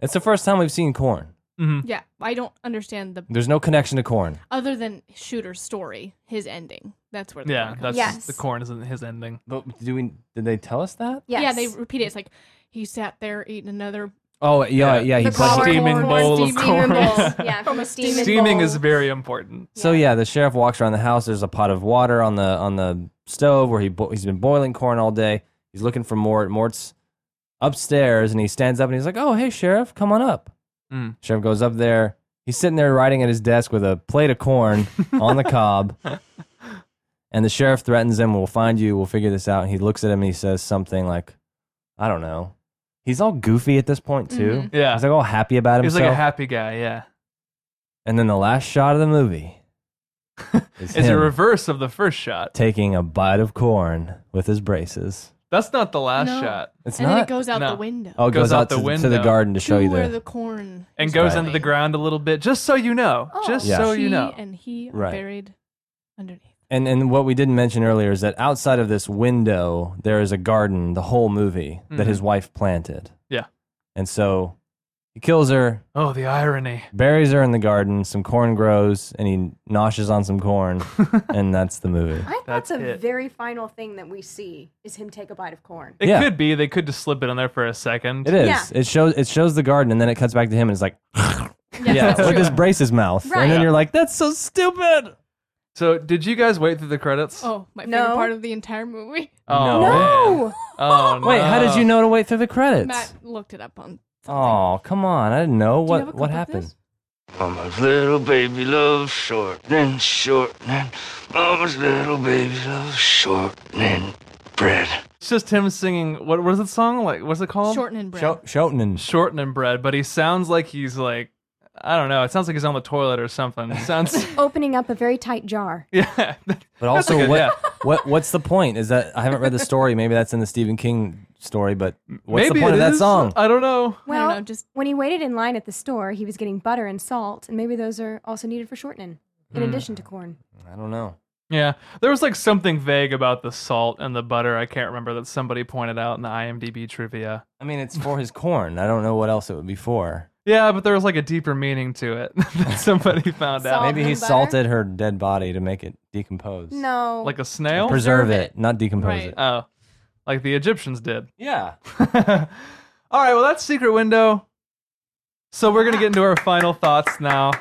Speaker 7: It's the first time we've seen corn.
Speaker 6: Mhm.
Speaker 8: Yeah, I don't understand the
Speaker 7: There's no connection to corn.
Speaker 8: other than Shooter's story, his ending. That's where. The
Speaker 6: Yeah,
Speaker 8: corn comes
Speaker 6: that's
Speaker 9: Yes.
Speaker 6: the corn isn't his ending.
Speaker 7: But do we? Did they tell us that?
Speaker 9: Yes.
Speaker 8: Yeah, they repeat it. It's like he sat there eating another.
Speaker 7: Oh yeah, yeah. he
Speaker 9: The
Speaker 7: punched-
Speaker 9: collar
Speaker 6: steaming
Speaker 9: corn,
Speaker 6: bowl of
Speaker 9: steaming
Speaker 6: corn.
Speaker 9: bowl. yeah, from a steaming,
Speaker 6: Steaming
Speaker 9: bowl.
Speaker 6: is very important.
Speaker 7: So yeah, the sheriff walks around the house. There's a pot of water on the on the stove where he bo- he's been boiling corn all day. He's looking for Mort. Mort's upstairs, and he stands up and he's like, "Oh, hey, sheriff, come on up."
Speaker 6: Mm.
Speaker 7: Sheriff goes up there. He's sitting there writing at his desk with a plate of corn on the cob. And the sheriff threatens him, "We'll find you. We'll figure this out." And he looks at him and he says something like, "I don't know." He's all goofy at this point too.
Speaker 8: Mhm.
Speaker 6: Yeah.
Speaker 7: He's like all happy about
Speaker 6: He's
Speaker 7: himself.
Speaker 6: Mm-hmm. like a happy guy, yeah.
Speaker 7: and then the last shot of the movie is
Speaker 6: It's a
Speaker 7: him
Speaker 6: reverse of the first shot.
Speaker 7: taking a bite of corn with his braces.
Speaker 6: That's not the last
Speaker 8: No.
Speaker 6: shot.
Speaker 7: It's
Speaker 8: and then
Speaker 7: not.
Speaker 8: it goes out
Speaker 6: No.
Speaker 8: the window.
Speaker 7: oh, it goes, out, to, to the
Speaker 6: window.
Speaker 7: garden to
Speaker 8: to
Speaker 7: show you
Speaker 8: where
Speaker 7: the,
Speaker 8: the corn
Speaker 6: And
Speaker 8: is
Speaker 6: goes
Speaker 8: growing.
Speaker 6: into the ground a little bit, just so you know.
Speaker 8: Oh,
Speaker 6: just
Speaker 7: Yeah.
Speaker 6: so
Speaker 8: she
Speaker 6: you know.
Speaker 8: And he are
Speaker 7: Right.
Speaker 8: buried underneath.
Speaker 7: and and what we didn't mention earlier is that outside of this window there is a garden the whole movie that his wife planted.
Speaker 6: Yeah.
Speaker 7: And so he kills her,
Speaker 6: Oh, the irony.
Speaker 7: buries her in the garden, some corn grows and he noshes on some corn and that's the movie.
Speaker 9: I thought
Speaker 6: That's
Speaker 9: the
Speaker 6: it.
Speaker 9: very final thing that we see is him take a bite of corn.
Speaker 6: It
Speaker 7: Yeah.
Speaker 6: could be. They could just slip it in there for a second.
Speaker 7: It is.
Speaker 9: Yeah.
Speaker 7: It shows it shows the garden and then it cuts back to him and it's like
Speaker 8: Yeah,
Speaker 7: yeah,
Speaker 8: that's
Speaker 7: with
Speaker 8: true.
Speaker 7: his braces mouth.
Speaker 9: Right.
Speaker 7: And then you're like that's so stupid.
Speaker 6: So, did you guys wait through the credits?
Speaker 8: Oh, my
Speaker 9: No.
Speaker 8: favorite part of the entire movie.
Speaker 6: Oh, man. Oh,
Speaker 7: Wait, how did
Speaker 6: no.
Speaker 7: you know to wait through the credits?
Speaker 8: Matt looked it up on.
Speaker 7: Oh, come on. I didn't know.
Speaker 8: Do you
Speaker 7: What
Speaker 8: have a clip
Speaker 7: what
Speaker 8: of
Speaker 7: happened?
Speaker 8: this?
Speaker 2: Mama's little baby loves shortening, shortening. Mama's little baby loves shortening bread.
Speaker 6: It's just him singing. What was that song? Like, what's it called?
Speaker 8: Shorten and bread.
Speaker 7: Sho- Shotenin.
Speaker 6: Shortening bread, but he sounds like he's like, I don't know. It sounds like he's on the toilet or something. It sounds,
Speaker 9: Opening up a very tight jar.
Speaker 6: yeah.
Speaker 7: But also,
Speaker 6: That's a good-
Speaker 7: what,
Speaker 6: yeah.
Speaker 7: what what's the point? Is that I haven't read the story. Maybe that's in the Stephen King story. But what's
Speaker 6: Maybe
Speaker 7: the point
Speaker 6: it
Speaker 7: of that
Speaker 6: is.
Speaker 7: song?
Speaker 6: I don't know.
Speaker 8: I
Speaker 9: Well,
Speaker 8: don't know. Just
Speaker 9: when he waited in line at the store, he was getting butter and salt, and maybe those are also needed for shortening, in addition to corn.
Speaker 7: I don't know.
Speaker 6: Yeah, there was like something vague about the salt and the butter. I can't remember that somebody pointed out in the IMDb trivia.
Speaker 7: I mean, it's for his corn. I don't know what else it would be for.
Speaker 6: Yeah, but there was like a deeper meaning to it that somebody found out.
Speaker 9: Salt
Speaker 7: Maybe he
Speaker 9: and butter?
Speaker 7: salted her dead body to make it decompose.
Speaker 9: No.
Speaker 6: Like a snail?
Speaker 7: Preserve it, not decompose
Speaker 8: Right.
Speaker 7: it.
Speaker 6: oh, like the Egyptians did.
Speaker 7: Yeah.
Speaker 6: All right, well, that's Secret Window. So we're going to get into our final thoughts now.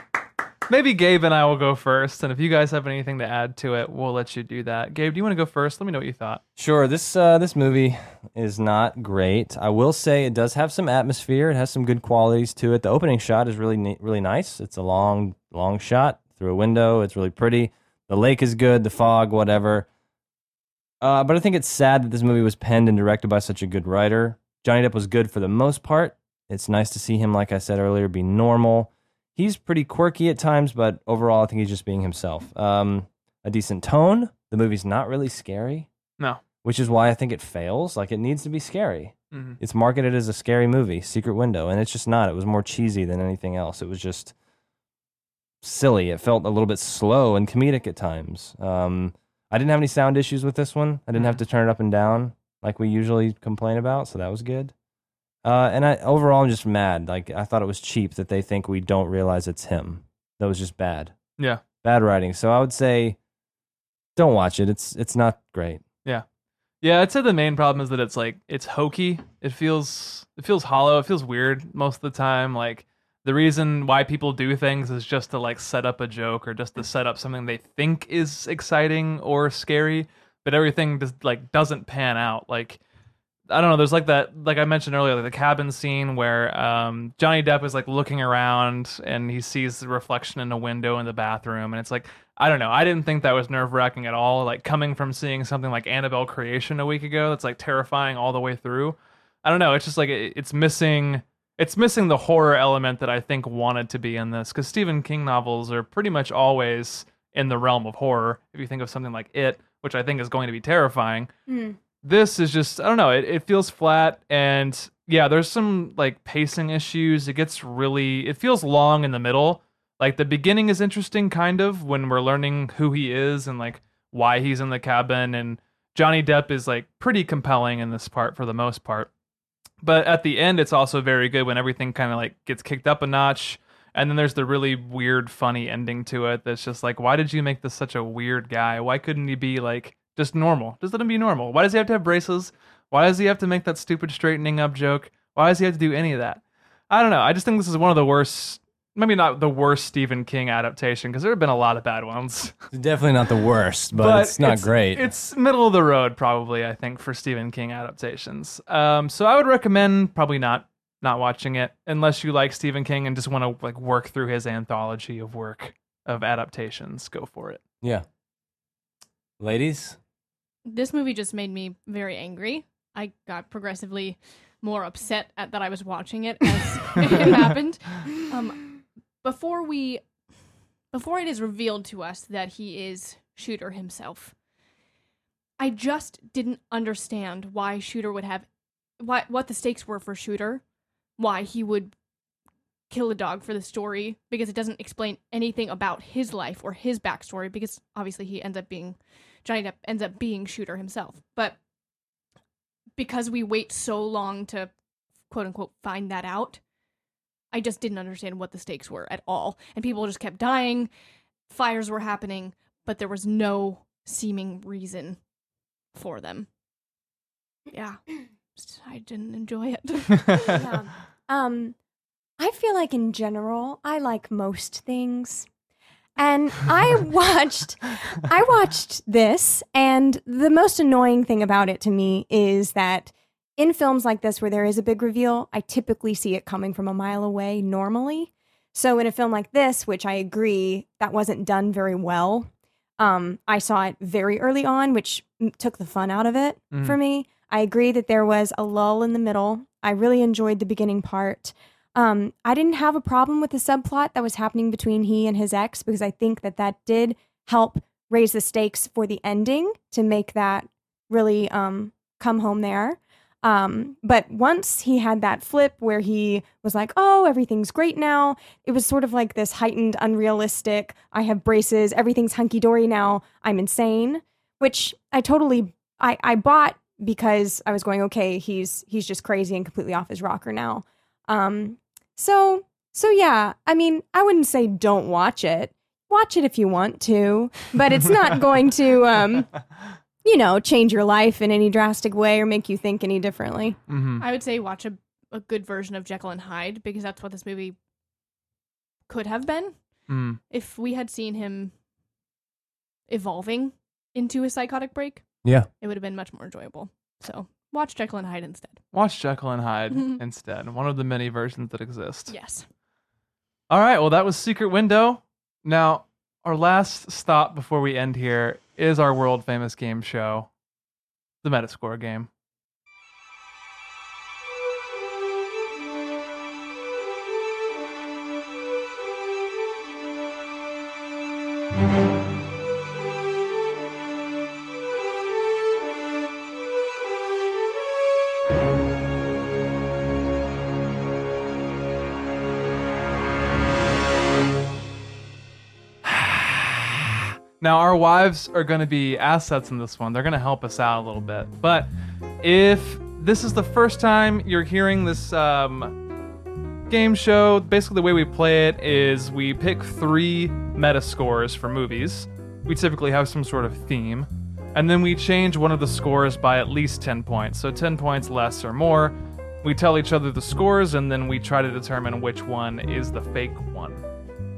Speaker 6: Maybe Gabe and I will go first. And if you guys have anything to add to it, we'll let you do that. Gabe, do you want to go first? Let me know what you thought.
Speaker 7: Sure. This uh, this movie is not great. I will say it does have some atmosphere. It has some good qualities to it. The opening shot is really ne- really nice. It's a long long shot through a window. It's really pretty. The lake is good. The fog, whatever. Uh, but I think it's sad that this movie was penned and directed by such a good writer. Johnny Depp was good for the most part. It's nice to see him, like I said earlier, be normal. He's pretty quirky at times, but overall, I think he's just being himself. Um, a decent tone. The movie's not really scary
Speaker 6: No.
Speaker 7: which is why I think it fails. Like it needs to be scary.
Speaker 6: Mhm.
Speaker 7: It's marketed as a scary movie, Secret Window, and it's just not. It was more cheesy than anything else. It was just silly. It felt a little bit slow and comedic at times. Um, I didn't have any sound issues with this one. I didn't have to turn it up and down like we usually complain about, so that was good. Uh, and I overall, I'm just mad. Like I thought it was cheap that they think we don't realize it's him. That was just bad,
Speaker 6: Yeah.
Speaker 7: bad writing. So I would say, don't watch it. It's it's not great.
Speaker 6: Yeah, I'd say the main problem is that it's like it's hokey. It feels it feels hollow. It feels weird most of the time. Like the reason why people do things is just to like set up a joke or just to set up something they think is exciting or scary, but everything just like doesn't pan out. Like I don't know. There's like that, like I mentioned earlier, like the cabin scene where um, Johnny Depp is like looking around and he sees the reflection in a window in the bathroom, and it's like I don't know. I didn't think that was nerve wracking at all. Like coming from seeing something like Annabelle Creation a week ago, that's like terrifying all the way through. I don't know. It's just like it, it's missing. It's missing the horror element that I think wanted to be in this because Stephen King novels are pretty much always in the realm of horror. If you think of something like It, which I think is going to be terrifying,
Speaker 9: Hmm.
Speaker 6: this is just I don't know. It, it feels flat and yeah, there's some like pacing issues. It gets really it feels long in the middle, Like the beginning is interesting, kind of, when we're learning who he is and like why he's in the cabin. And Johnny Depp is like pretty compelling in this part for the most part. But at the end, it's also very good when everything kind of like gets kicked up a notch. And then there's the really weird, funny ending to it that's just like, why did you make this such a weird guy? Why couldn't he be like just normal? Just let him be normal. Why does he have to have braces? Why does he have to make that stupid straightening up joke? Why does he have to do any of that? I don't know. I just think this is one of the worst, maybe not the worst Stephen King adaptation because there have been a lot of bad ones.
Speaker 7: It's definitely not the worst, but, it's not great.
Speaker 6: It's middle of the road, probably. I think for Stephen King adaptations. Um, so I would recommend probably not not watching it unless you like Stephen King and just want to like work through his anthology of work of adaptations. Go for it.
Speaker 7: yeah. Ladies,
Speaker 8: This movie just made me very angry. I got progressively more upset at that I was watching it as it happened. Um, before we, before it is revealed to us that he is Shooter himself, I just didn't understand why Shooter would have, why what the stakes were for Shooter, why he would kill a dog for the story because it doesn't explain anything about his life or his backstory because obviously he ends up being Johnny Depp ends up being shooter himself. But because we wait so long to quote unquote find that out, I just didn't understand what the stakes were at all. And people just kept dying, fires were happening, but there was no seeming reason for them. Yeah. I didn't enjoy it.
Speaker 9: Yeah. Um, I feel like in general, I like most things. And I watched I watched this and the most annoying thing about it to me is that in films like this where there is a big reveal, I typically see it coming from a mile away normally. So in a film like this, which I agree that wasn't done very well, um, I saw it very early on, which m- took the fun out of it
Speaker 6: Mhm.
Speaker 9: for me. I agree that there was a lull in the middle. I really enjoyed the beginning part. Um, I didn't have a problem with the subplot that was happening between he and his ex because I think that that did help raise the stakes for the ending to make that really um, come home there. Um, but once he had that flip where he was like, oh, everything's great now, it was sort of like this heightened, unrealistic, I have braces, everything's hunky dory now, I'm insane, which I totally I, I bought because I was going, okay, he's he's just crazy and completely off his rocker now. Um so so yeah, I mean, I wouldn't say don't watch it. Watch it if you want to, but it's not going to um you know, change your life in any drastic way or make you think any differently.
Speaker 6: Mm-hmm.
Speaker 8: I would say watch a, a good version of Jekyll and Hyde because that's what this movie could have been
Speaker 6: Mm.
Speaker 8: if we had seen him evolving into a psychotic break.
Speaker 7: Yeah.
Speaker 8: It would have been much more enjoyable. So watch Jekyll and Hyde instead.
Speaker 6: Watch Jekyll and Hyde
Speaker 8: Mhm.
Speaker 6: instead. One of the many versions that exist.
Speaker 8: Yes.
Speaker 6: All right. Well, that was Secret Window. Now, our last stop before we end here is our world famous game show, the Metascore game. Now, our wives are going to be assets in this one. They're going to help us out a little bit. But if this is the first time you're hearing this um, game show, basically the way we play it is we pick three meta scores for movies. We typically have some sort of theme. And then we change one of the scores by at least 10 points. So 10 points less or more. We tell each other the scores, and then we try to determine which one is the fake one.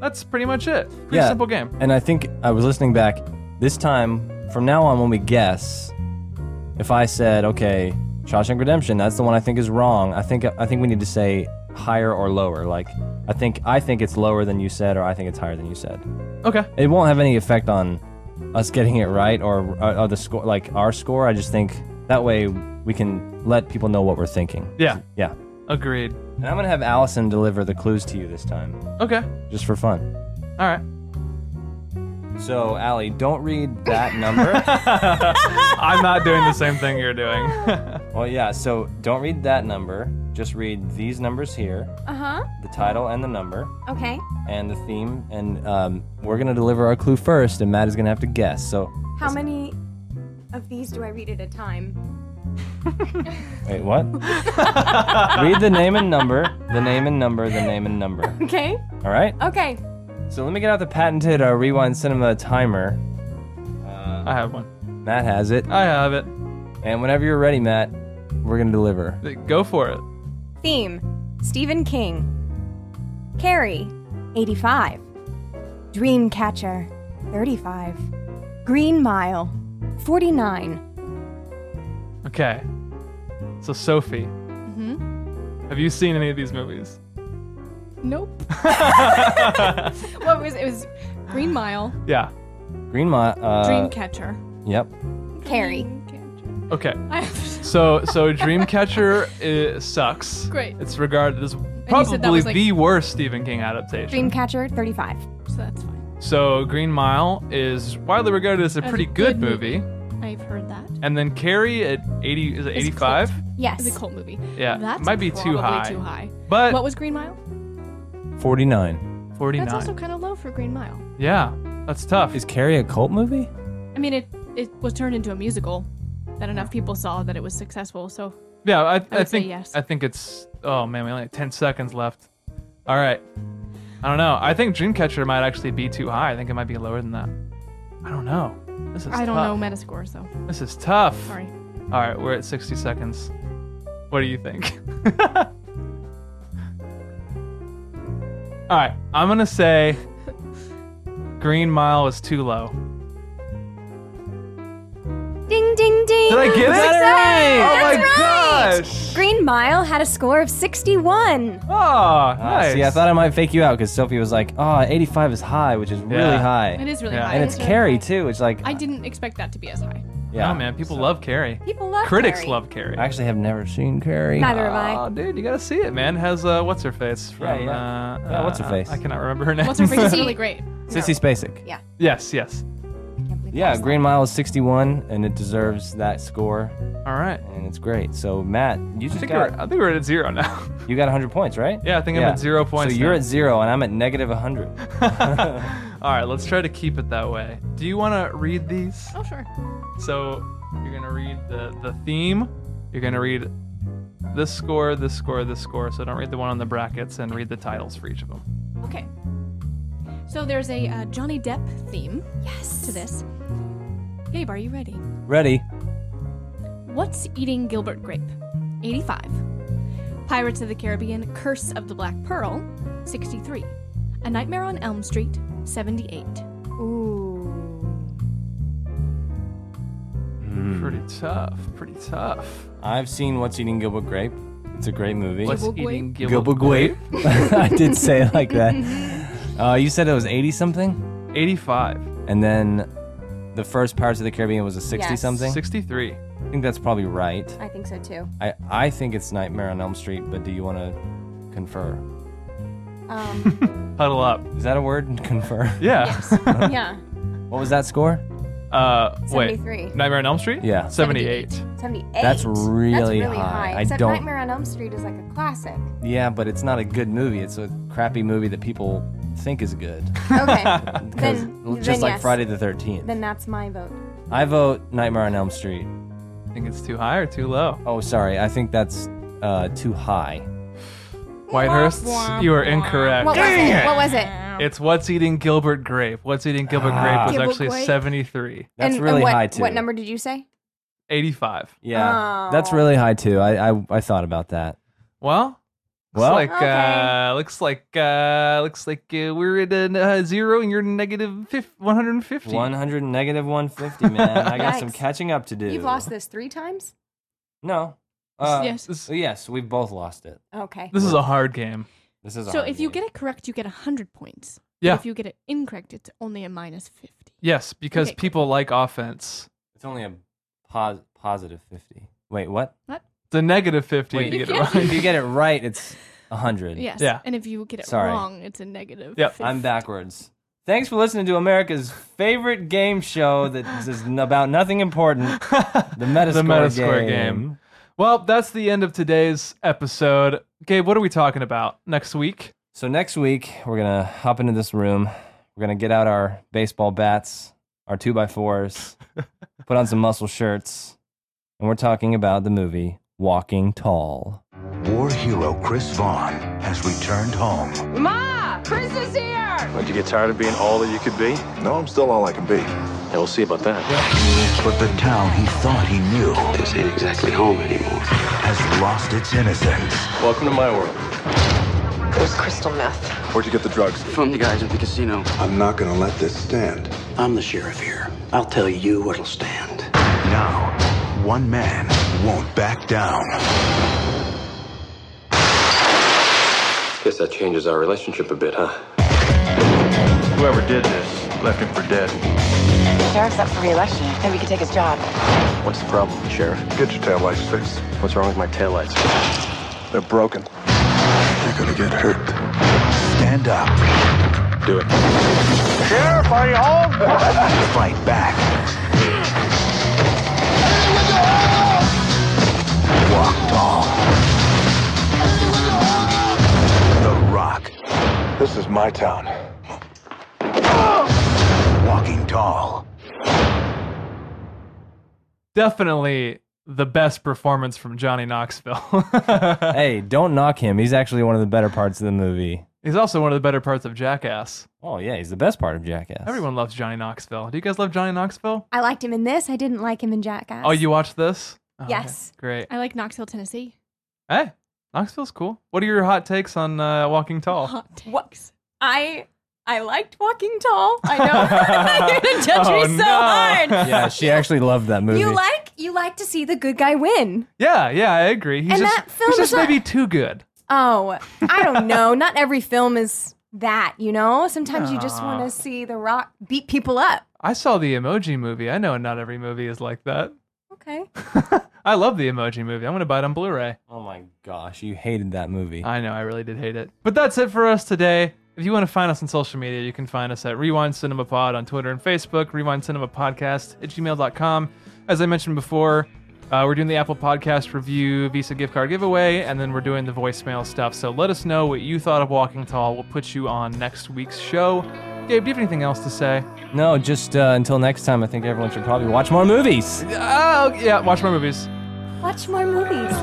Speaker 6: That's pretty much it. Pretty
Speaker 7: Yeah.
Speaker 6: simple game.
Speaker 7: and I think I was listening back. This time, from now on, when we guess, if I said, "Okay, Shawshank Redemption," that's the one I think is wrong. I think I think we need to say higher or lower. Like, I think I think it's lower than you said, or I think it's higher than you said.
Speaker 6: Okay.
Speaker 7: It won't have any effect on us getting it right or, or, or the score, like our score. I just think that way we can let people know what we're thinking.
Speaker 6: Yeah,
Speaker 7: Yeah.
Speaker 6: agreed.
Speaker 7: And I'm gonna have Allison deliver the clues to you this time,
Speaker 6: Okay.
Speaker 7: just for fun.
Speaker 6: All right.
Speaker 7: So, Allie, don't read that number.
Speaker 6: I I'm not doing the same thing you're doing.
Speaker 7: Well, yeah, so don't read that number. Just read these numbers here
Speaker 9: Uh huh.
Speaker 7: the title and the number
Speaker 9: Okay.
Speaker 7: and the theme. And um, we're going to deliver our clue first, and Matt is going to have to guess. So,
Speaker 9: How many of these do I read at a time?
Speaker 7: wait, what? read the name and number, the name and number, the name and number.
Speaker 9: Okay.
Speaker 7: All right?
Speaker 9: Okay.
Speaker 7: So let me get out the patented uh, Rewind Cinema timer.
Speaker 6: I have one.
Speaker 7: Matt has it.
Speaker 6: I have it.
Speaker 7: And whenever you're ready, Matt, we're going to deliver.
Speaker 6: Go for it.
Speaker 9: Theme Stephen King. Carrie, 85. Dreamcatcher, 35. Green Mile, 49.
Speaker 6: Okay. So Sophie,
Speaker 8: Mm-hmm.
Speaker 6: have you seen any of these movies?
Speaker 8: Nope. what was it? Was Green Mile,
Speaker 6: Yeah.
Speaker 7: Green Ma. Uh,
Speaker 8: Dreamcatcher.
Speaker 7: Yep.
Speaker 9: Carrie.
Speaker 8: Dreamcatcher.
Speaker 6: Okay.
Speaker 8: I have
Speaker 6: So so Dreamcatcher uh sucks.
Speaker 8: Great.
Speaker 6: It's regarded as
Speaker 8: you said that
Speaker 6: probably
Speaker 8: was, like-
Speaker 6: the worst Stephen King adaptation.
Speaker 9: Dreamcatcher, 35.
Speaker 8: so that's fine.
Speaker 6: So Green Mile is widely regarded as a
Speaker 8: As
Speaker 6: pretty
Speaker 8: a
Speaker 6: good,
Speaker 8: good
Speaker 6: movie.
Speaker 8: I've heard that.
Speaker 6: and then Carrie at 80 is it
Speaker 8: It's
Speaker 6: 85?
Speaker 9: Yes.
Speaker 8: It's a cult movie.
Speaker 6: Yeah,
Speaker 8: That's
Speaker 6: might be too
Speaker 8: probably
Speaker 6: high.
Speaker 8: Too high.
Speaker 6: But
Speaker 8: what was Green Mile?
Speaker 7: 49.
Speaker 6: 49.
Speaker 8: That's also kind of low for Green Mile.
Speaker 6: yeah, that's tough.
Speaker 7: Is Carrie a cult movie?
Speaker 8: I mean, it it was turned into a musical that enough people saw that it was successful. So
Speaker 6: Yeah, I, I,
Speaker 8: would say
Speaker 6: think
Speaker 8: yes.
Speaker 6: I think it's oh man, we only have 10 seconds left. All right. I don't know. I think Dreamcatcher might actually be too high. I think it might be lower than that. I don't know. This is
Speaker 8: I don't
Speaker 6: tough.
Speaker 8: know Metascore, so
Speaker 6: This is tough.
Speaker 8: sorry.
Speaker 6: All right, we're at 60 seconds. What do you think? All right, I'm going to say Green Mile is too low.
Speaker 9: Ding, ding, ding.
Speaker 6: Did I get it?
Speaker 9: Success!
Speaker 6: Oh my
Speaker 9: That's
Speaker 6: gosh.
Speaker 9: right. Green Mile had a score of 61.
Speaker 6: Oh, nice.
Speaker 7: Uh, See, I thought I might fake you out because Sophie was like, oh, 85 is high, which is really
Speaker 6: Yeah.
Speaker 7: high.
Speaker 8: It is really
Speaker 6: Yeah.
Speaker 8: high.
Speaker 7: and it's
Speaker 8: really
Speaker 7: Carrie,
Speaker 8: high.
Speaker 7: too. It's like,
Speaker 8: I didn't expect that to be as high.
Speaker 7: yeah.
Speaker 6: Oh man, people love Carrie.
Speaker 9: People love
Speaker 6: Critics
Speaker 9: Carrie.
Speaker 6: love Carrie.
Speaker 7: I actually have never seen Carrie. Uh,
Speaker 9: Neither have I.
Speaker 6: Oh, dude, you gotta see it, man. It has uh, what's her face from
Speaker 7: Yeah, yeah.
Speaker 6: Uh,
Speaker 7: Yeah, what's her
Speaker 6: uh,
Speaker 7: face?
Speaker 6: I cannot remember her name.
Speaker 8: What's her face is
Speaker 9: See-
Speaker 8: really great.
Speaker 7: Sissy Spacek.
Speaker 9: Yeah.
Speaker 6: yes, yes.
Speaker 9: Can't believe I
Speaker 7: Yeah,
Speaker 9: was-
Speaker 7: Green Mile is 61, and it deserves that score,
Speaker 6: All right.
Speaker 7: and it's great. So, Matt, you
Speaker 6: I
Speaker 7: just
Speaker 6: think,
Speaker 7: got,
Speaker 6: we're, I think we're at zero now.
Speaker 7: you got 100 points, right?
Speaker 6: yeah, I think I'm at zero points.
Speaker 7: So you're
Speaker 6: now.
Speaker 7: at zero, and I'm at negative 100.
Speaker 6: All right, let's try to keep it that way. Do you want to read these?
Speaker 8: Oh sure.
Speaker 6: So you're gonna read the the theme. You're gonna read this score, this score, this score. So don't read the one on the brackets and read the titles for each of them.
Speaker 8: Okay. So there's a uh, Johnny Depp theme. Yes. To this. Gabe, are you ready?
Speaker 7: Ready?
Speaker 8: What's Eating Gilbert Grape? 85. Pirates of the Caribbean Curse of the Black Pearl? 63. A Nightmare on Elm Street? 78.
Speaker 7: Hmm.
Speaker 6: Pretty tough. Pretty tough.
Speaker 7: I've seen What's Eating Gilbert Grape. It's a great movie.
Speaker 6: What's
Speaker 8: Gilbert
Speaker 6: eating
Speaker 7: Gilbert Grape? I did say it like that. Uh, you said it was 80 something,
Speaker 6: 85,
Speaker 7: and then the first Pirates of the Caribbean was a 60
Speaker 9: Yes.
Speaker 7: something.
Speaker 6: 63.
Speaker 7: I think that's probably right.
Speaker 9: I think so too.
Speaker 7: I, I think it's Nightmare on Elm Street, but do you want to confer?
Speaker 9: Um,
Speaker 6: Huddle up.
Speaker 7: Is that a word? Confer.
Speaker 6: Yeah.
Speaker 9: yeah.
Speaker 7: What was that score?
Speaker 6: Uh, wait.
Speaker 9: 73.
Speaker 6: Nightmare on Elm Street?
Speaker 7: Yeah.
Speaker 6: 78.
Speaker 9: 78.
Speaker 7: That's really high.
Speaker 9: high.
Speaker 7: I
Speaker 9: Except
Speaker 7: don't-
Speaker 9: Nightmare on Elm Street is like a classic.
Speaker 7: Yeah, but it's not a good movie. It's a crappy movie that people think is good.
Speaker 9: Okay.
Speaker 7: 'Cause
Speaker 9: then,
Speaker 7: l- just
Speaker 9: then
Speaker 7: like
Speaker 9: yes.
Speaker 7: Friday the 13th.
Speaker 9: Then that's my vote.
Speaker 7: I vote Nightmare on Elm Street.
Speaker 6: I think it's too high or too low.
Speaker 7: Oh, sorry. I think that's uh, too high.
Speaker 6: Whitehursts, you are incorrect.
Speaker 9: What was it? What was it?
Speaker 6: It's What's Eating Gilbert Grape. What's Eating Gilbert
Speaker 7: Ah.
Speaker 6: Grape was
Speaker 8: Gilbert
Speaker 6: actually
Speaker 8: Grape.
Speaker 6: 73.
Speaker 7: That's
Speaker 9: and,
Speaker 7: really
Speaker 9: and what,
Speaker 7: high too.
Speaker 9: What number did you say?
Speaker 6: 85.
Speaker 7: Yeah, that's
Speaker 9: Oh.
Speaker 7: really high too. I, I I thought about that.
Speaker 6: Well, looks
Speaker 7: Well.
Speaker 6: like,
Speaker 9: Okay.
Speaker 6: uh, looks like, uh, looks like uh, we're at a uh, zero and you're negative fif- 150.
Speaker 7: 100 and negative 150, man. I got some
Speaker 9: Yikes.
Speaker 7: catching up to do.
Speaker 9: You've lost this three times?
Speaker 7: No. Uh,
Speaker 8: yes.
Speaker 7: yes. we've both lost it.
Speaker 9: Okay.
Speaker 6: This is a hard game.
Speaker 7: This is a
Speaker 8: So
Speaker 7: hard
Speaker 8: if you
Speaker 7: game.
Speaker 8: get it correct, you get 100 points. But
Speaker 6: Yeah.
Speaker 8: If you get it incorrect, it's only a minus 50.
Speaker 6: Yes, because
Speaker 8: Okay.
Speaker 6: people like offense.
Speaker 7: it's only a pos- positive 50. Wait, what?
Speaker 6: It's a negative 50
Speaker 7: Wait,
Speaker 6: to get it
Speaker 8: you can't-
Speaker 6: right.
Speaker 7: if you get it right, it's 100.
Speaker 8: Yes.
Speaker 6: Yeah.
Speaker 8: And if you get it
Speaker 7: Sorry.
Speaker 8: wrong, it's a negative.
Speaker 6: Yep.
Speaker 7: I'm backwards. Thanks for listening to America's favorite game show that is about nothing important the Metascore,
Speaker 6: the Metascore game.
Speaker 7: game.
Speaker 6: Well, that's the end of today's episode. Gabe, what are we talking about next week?
Speaker 7: So next week we're gonna hop into this room. We're gonna get out our baseball bats, our two by fours, put on some muscle shirts, and we're talking about the movie Walking Tall.
Speaker 11: War hero Chris Vaughn has returned home.
Speaker 12: Ma! Chris is here!
Speaker 13: Don't you get tired of being all that you could be? No, I'm still all I can be. Yeah, we'll see about that.
Speaker 11: But the town he thought he knew. This ain't exactly home anymore. Has lost its innocence.
Speaker 13: Welcome to my world.
Speaker 12: There's crystal meth.
Speaker 13: Where'd you get the drugs?
Speaker 11: From the guys at the casino. I'm not gonna let this stand. I'm the sheriff here. I'll tell you what'll stand. Now, one man won't back down.
Speaker 14: Guess that changes our relationship a bit, huh?
Speaker 4: Whoever did this left him for dead.
Speaker 15: The sheriff's up for reelection. Maybe we could take his job.
Speaker 13: What's the problem, Sheriff? Get your taillights fixed. What's wrong with my taillights? They're broken.
Speaker 11: You're gonna get hurt. Stand up.
Speaker 13: Do it.
Speaker 11: Sheriff, are you home? Fight back. Walk tall. The Rock.
Speaker 13: This is my town.
Speaker 11: Walking tall.
Speaker 6: Definitely the best performance from Johnny Knoxville.
Speaker 7: hey, don't knock him. He's actually one of the better parts of the movie.
Speaker 6: He's also one of the better parts of Jackass.
Speaker 7: Oh yeah, he's the best part of Jackass.
Speaker 6: Everyone loves Johnny Knoxville. Do you guys love Johnny Knoxville?
Speaker 9: I liked him in this. I didn't like him in Jackass.
Speaker 6: Oh, you watched this? Oh, okay.
Speaker 9: Yes.
Speaker 6: Great.
Speaker 8: I like Knoxville, Tennessee.
Speaker 6: Hey, Knoxville's cool. What are your hot takes on uh, Walking
Speaker 7: Oh.
Speaker 6: Tall?
Speaker 8: Hot takes.
Speaker 9: I I liked Walking Tall. I know you're gonna judge
Speaker 7: Oh,
Speaker 9: me so
Speaker 7: no.
Speaker 9: hard.
Speaker 7: Yeah, she actually loved that movie.
Speaker 9: You like you like to see the good guy win.
Speaker 6: Yeah, yeah, I agree. He's
Speaker 9: And
Speaker 6: just,
Speaker 9: that film
Speaker 6: he's just
Speaker 9: is not-
Speaker 6: maybe too good.
Speaker 9: Oh, I don't know. Not every film is that, you know. Sometimes you just want
Speaker 6: Nah.
Speaker 9: to see The Rock beat people up.
Speaker 6: I saw the Emoji movie. I know not every movie is like that.
Speaker 9: Okay.
Speaker 6: I love the Emoji movie. I'm gonna buy it on Blu-ray.
Speaker 7: Oh my gosh, you hated that movie.
Speaker 6: I know, I really did hate it. But that's it for us today. If you want to find us on social media, you can find us at Rewind Cinema Pod on Twitter and Facebook, Rewind Cinema Podcast at gmail.com. As I mentioned before, uh, we're doing the Apple Podcast review, Visa gift card giveaway, and then we're doing the voicemail stuff. So let us know what you thought of Walking Tall. We'll put you on next week's show. Gabe, do you have anything else to say?
Speaker 7: No, just uh, until next time. I think everyone should probably watch more movies.
Speaker 6: Oh, yeah, watch more movies.
Speaker 9: Watch more movies.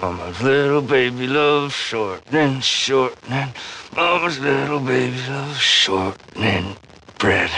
Speaker 2: Mama's little baby loves shortening, shortening. Mama's little baby loves shortening bread.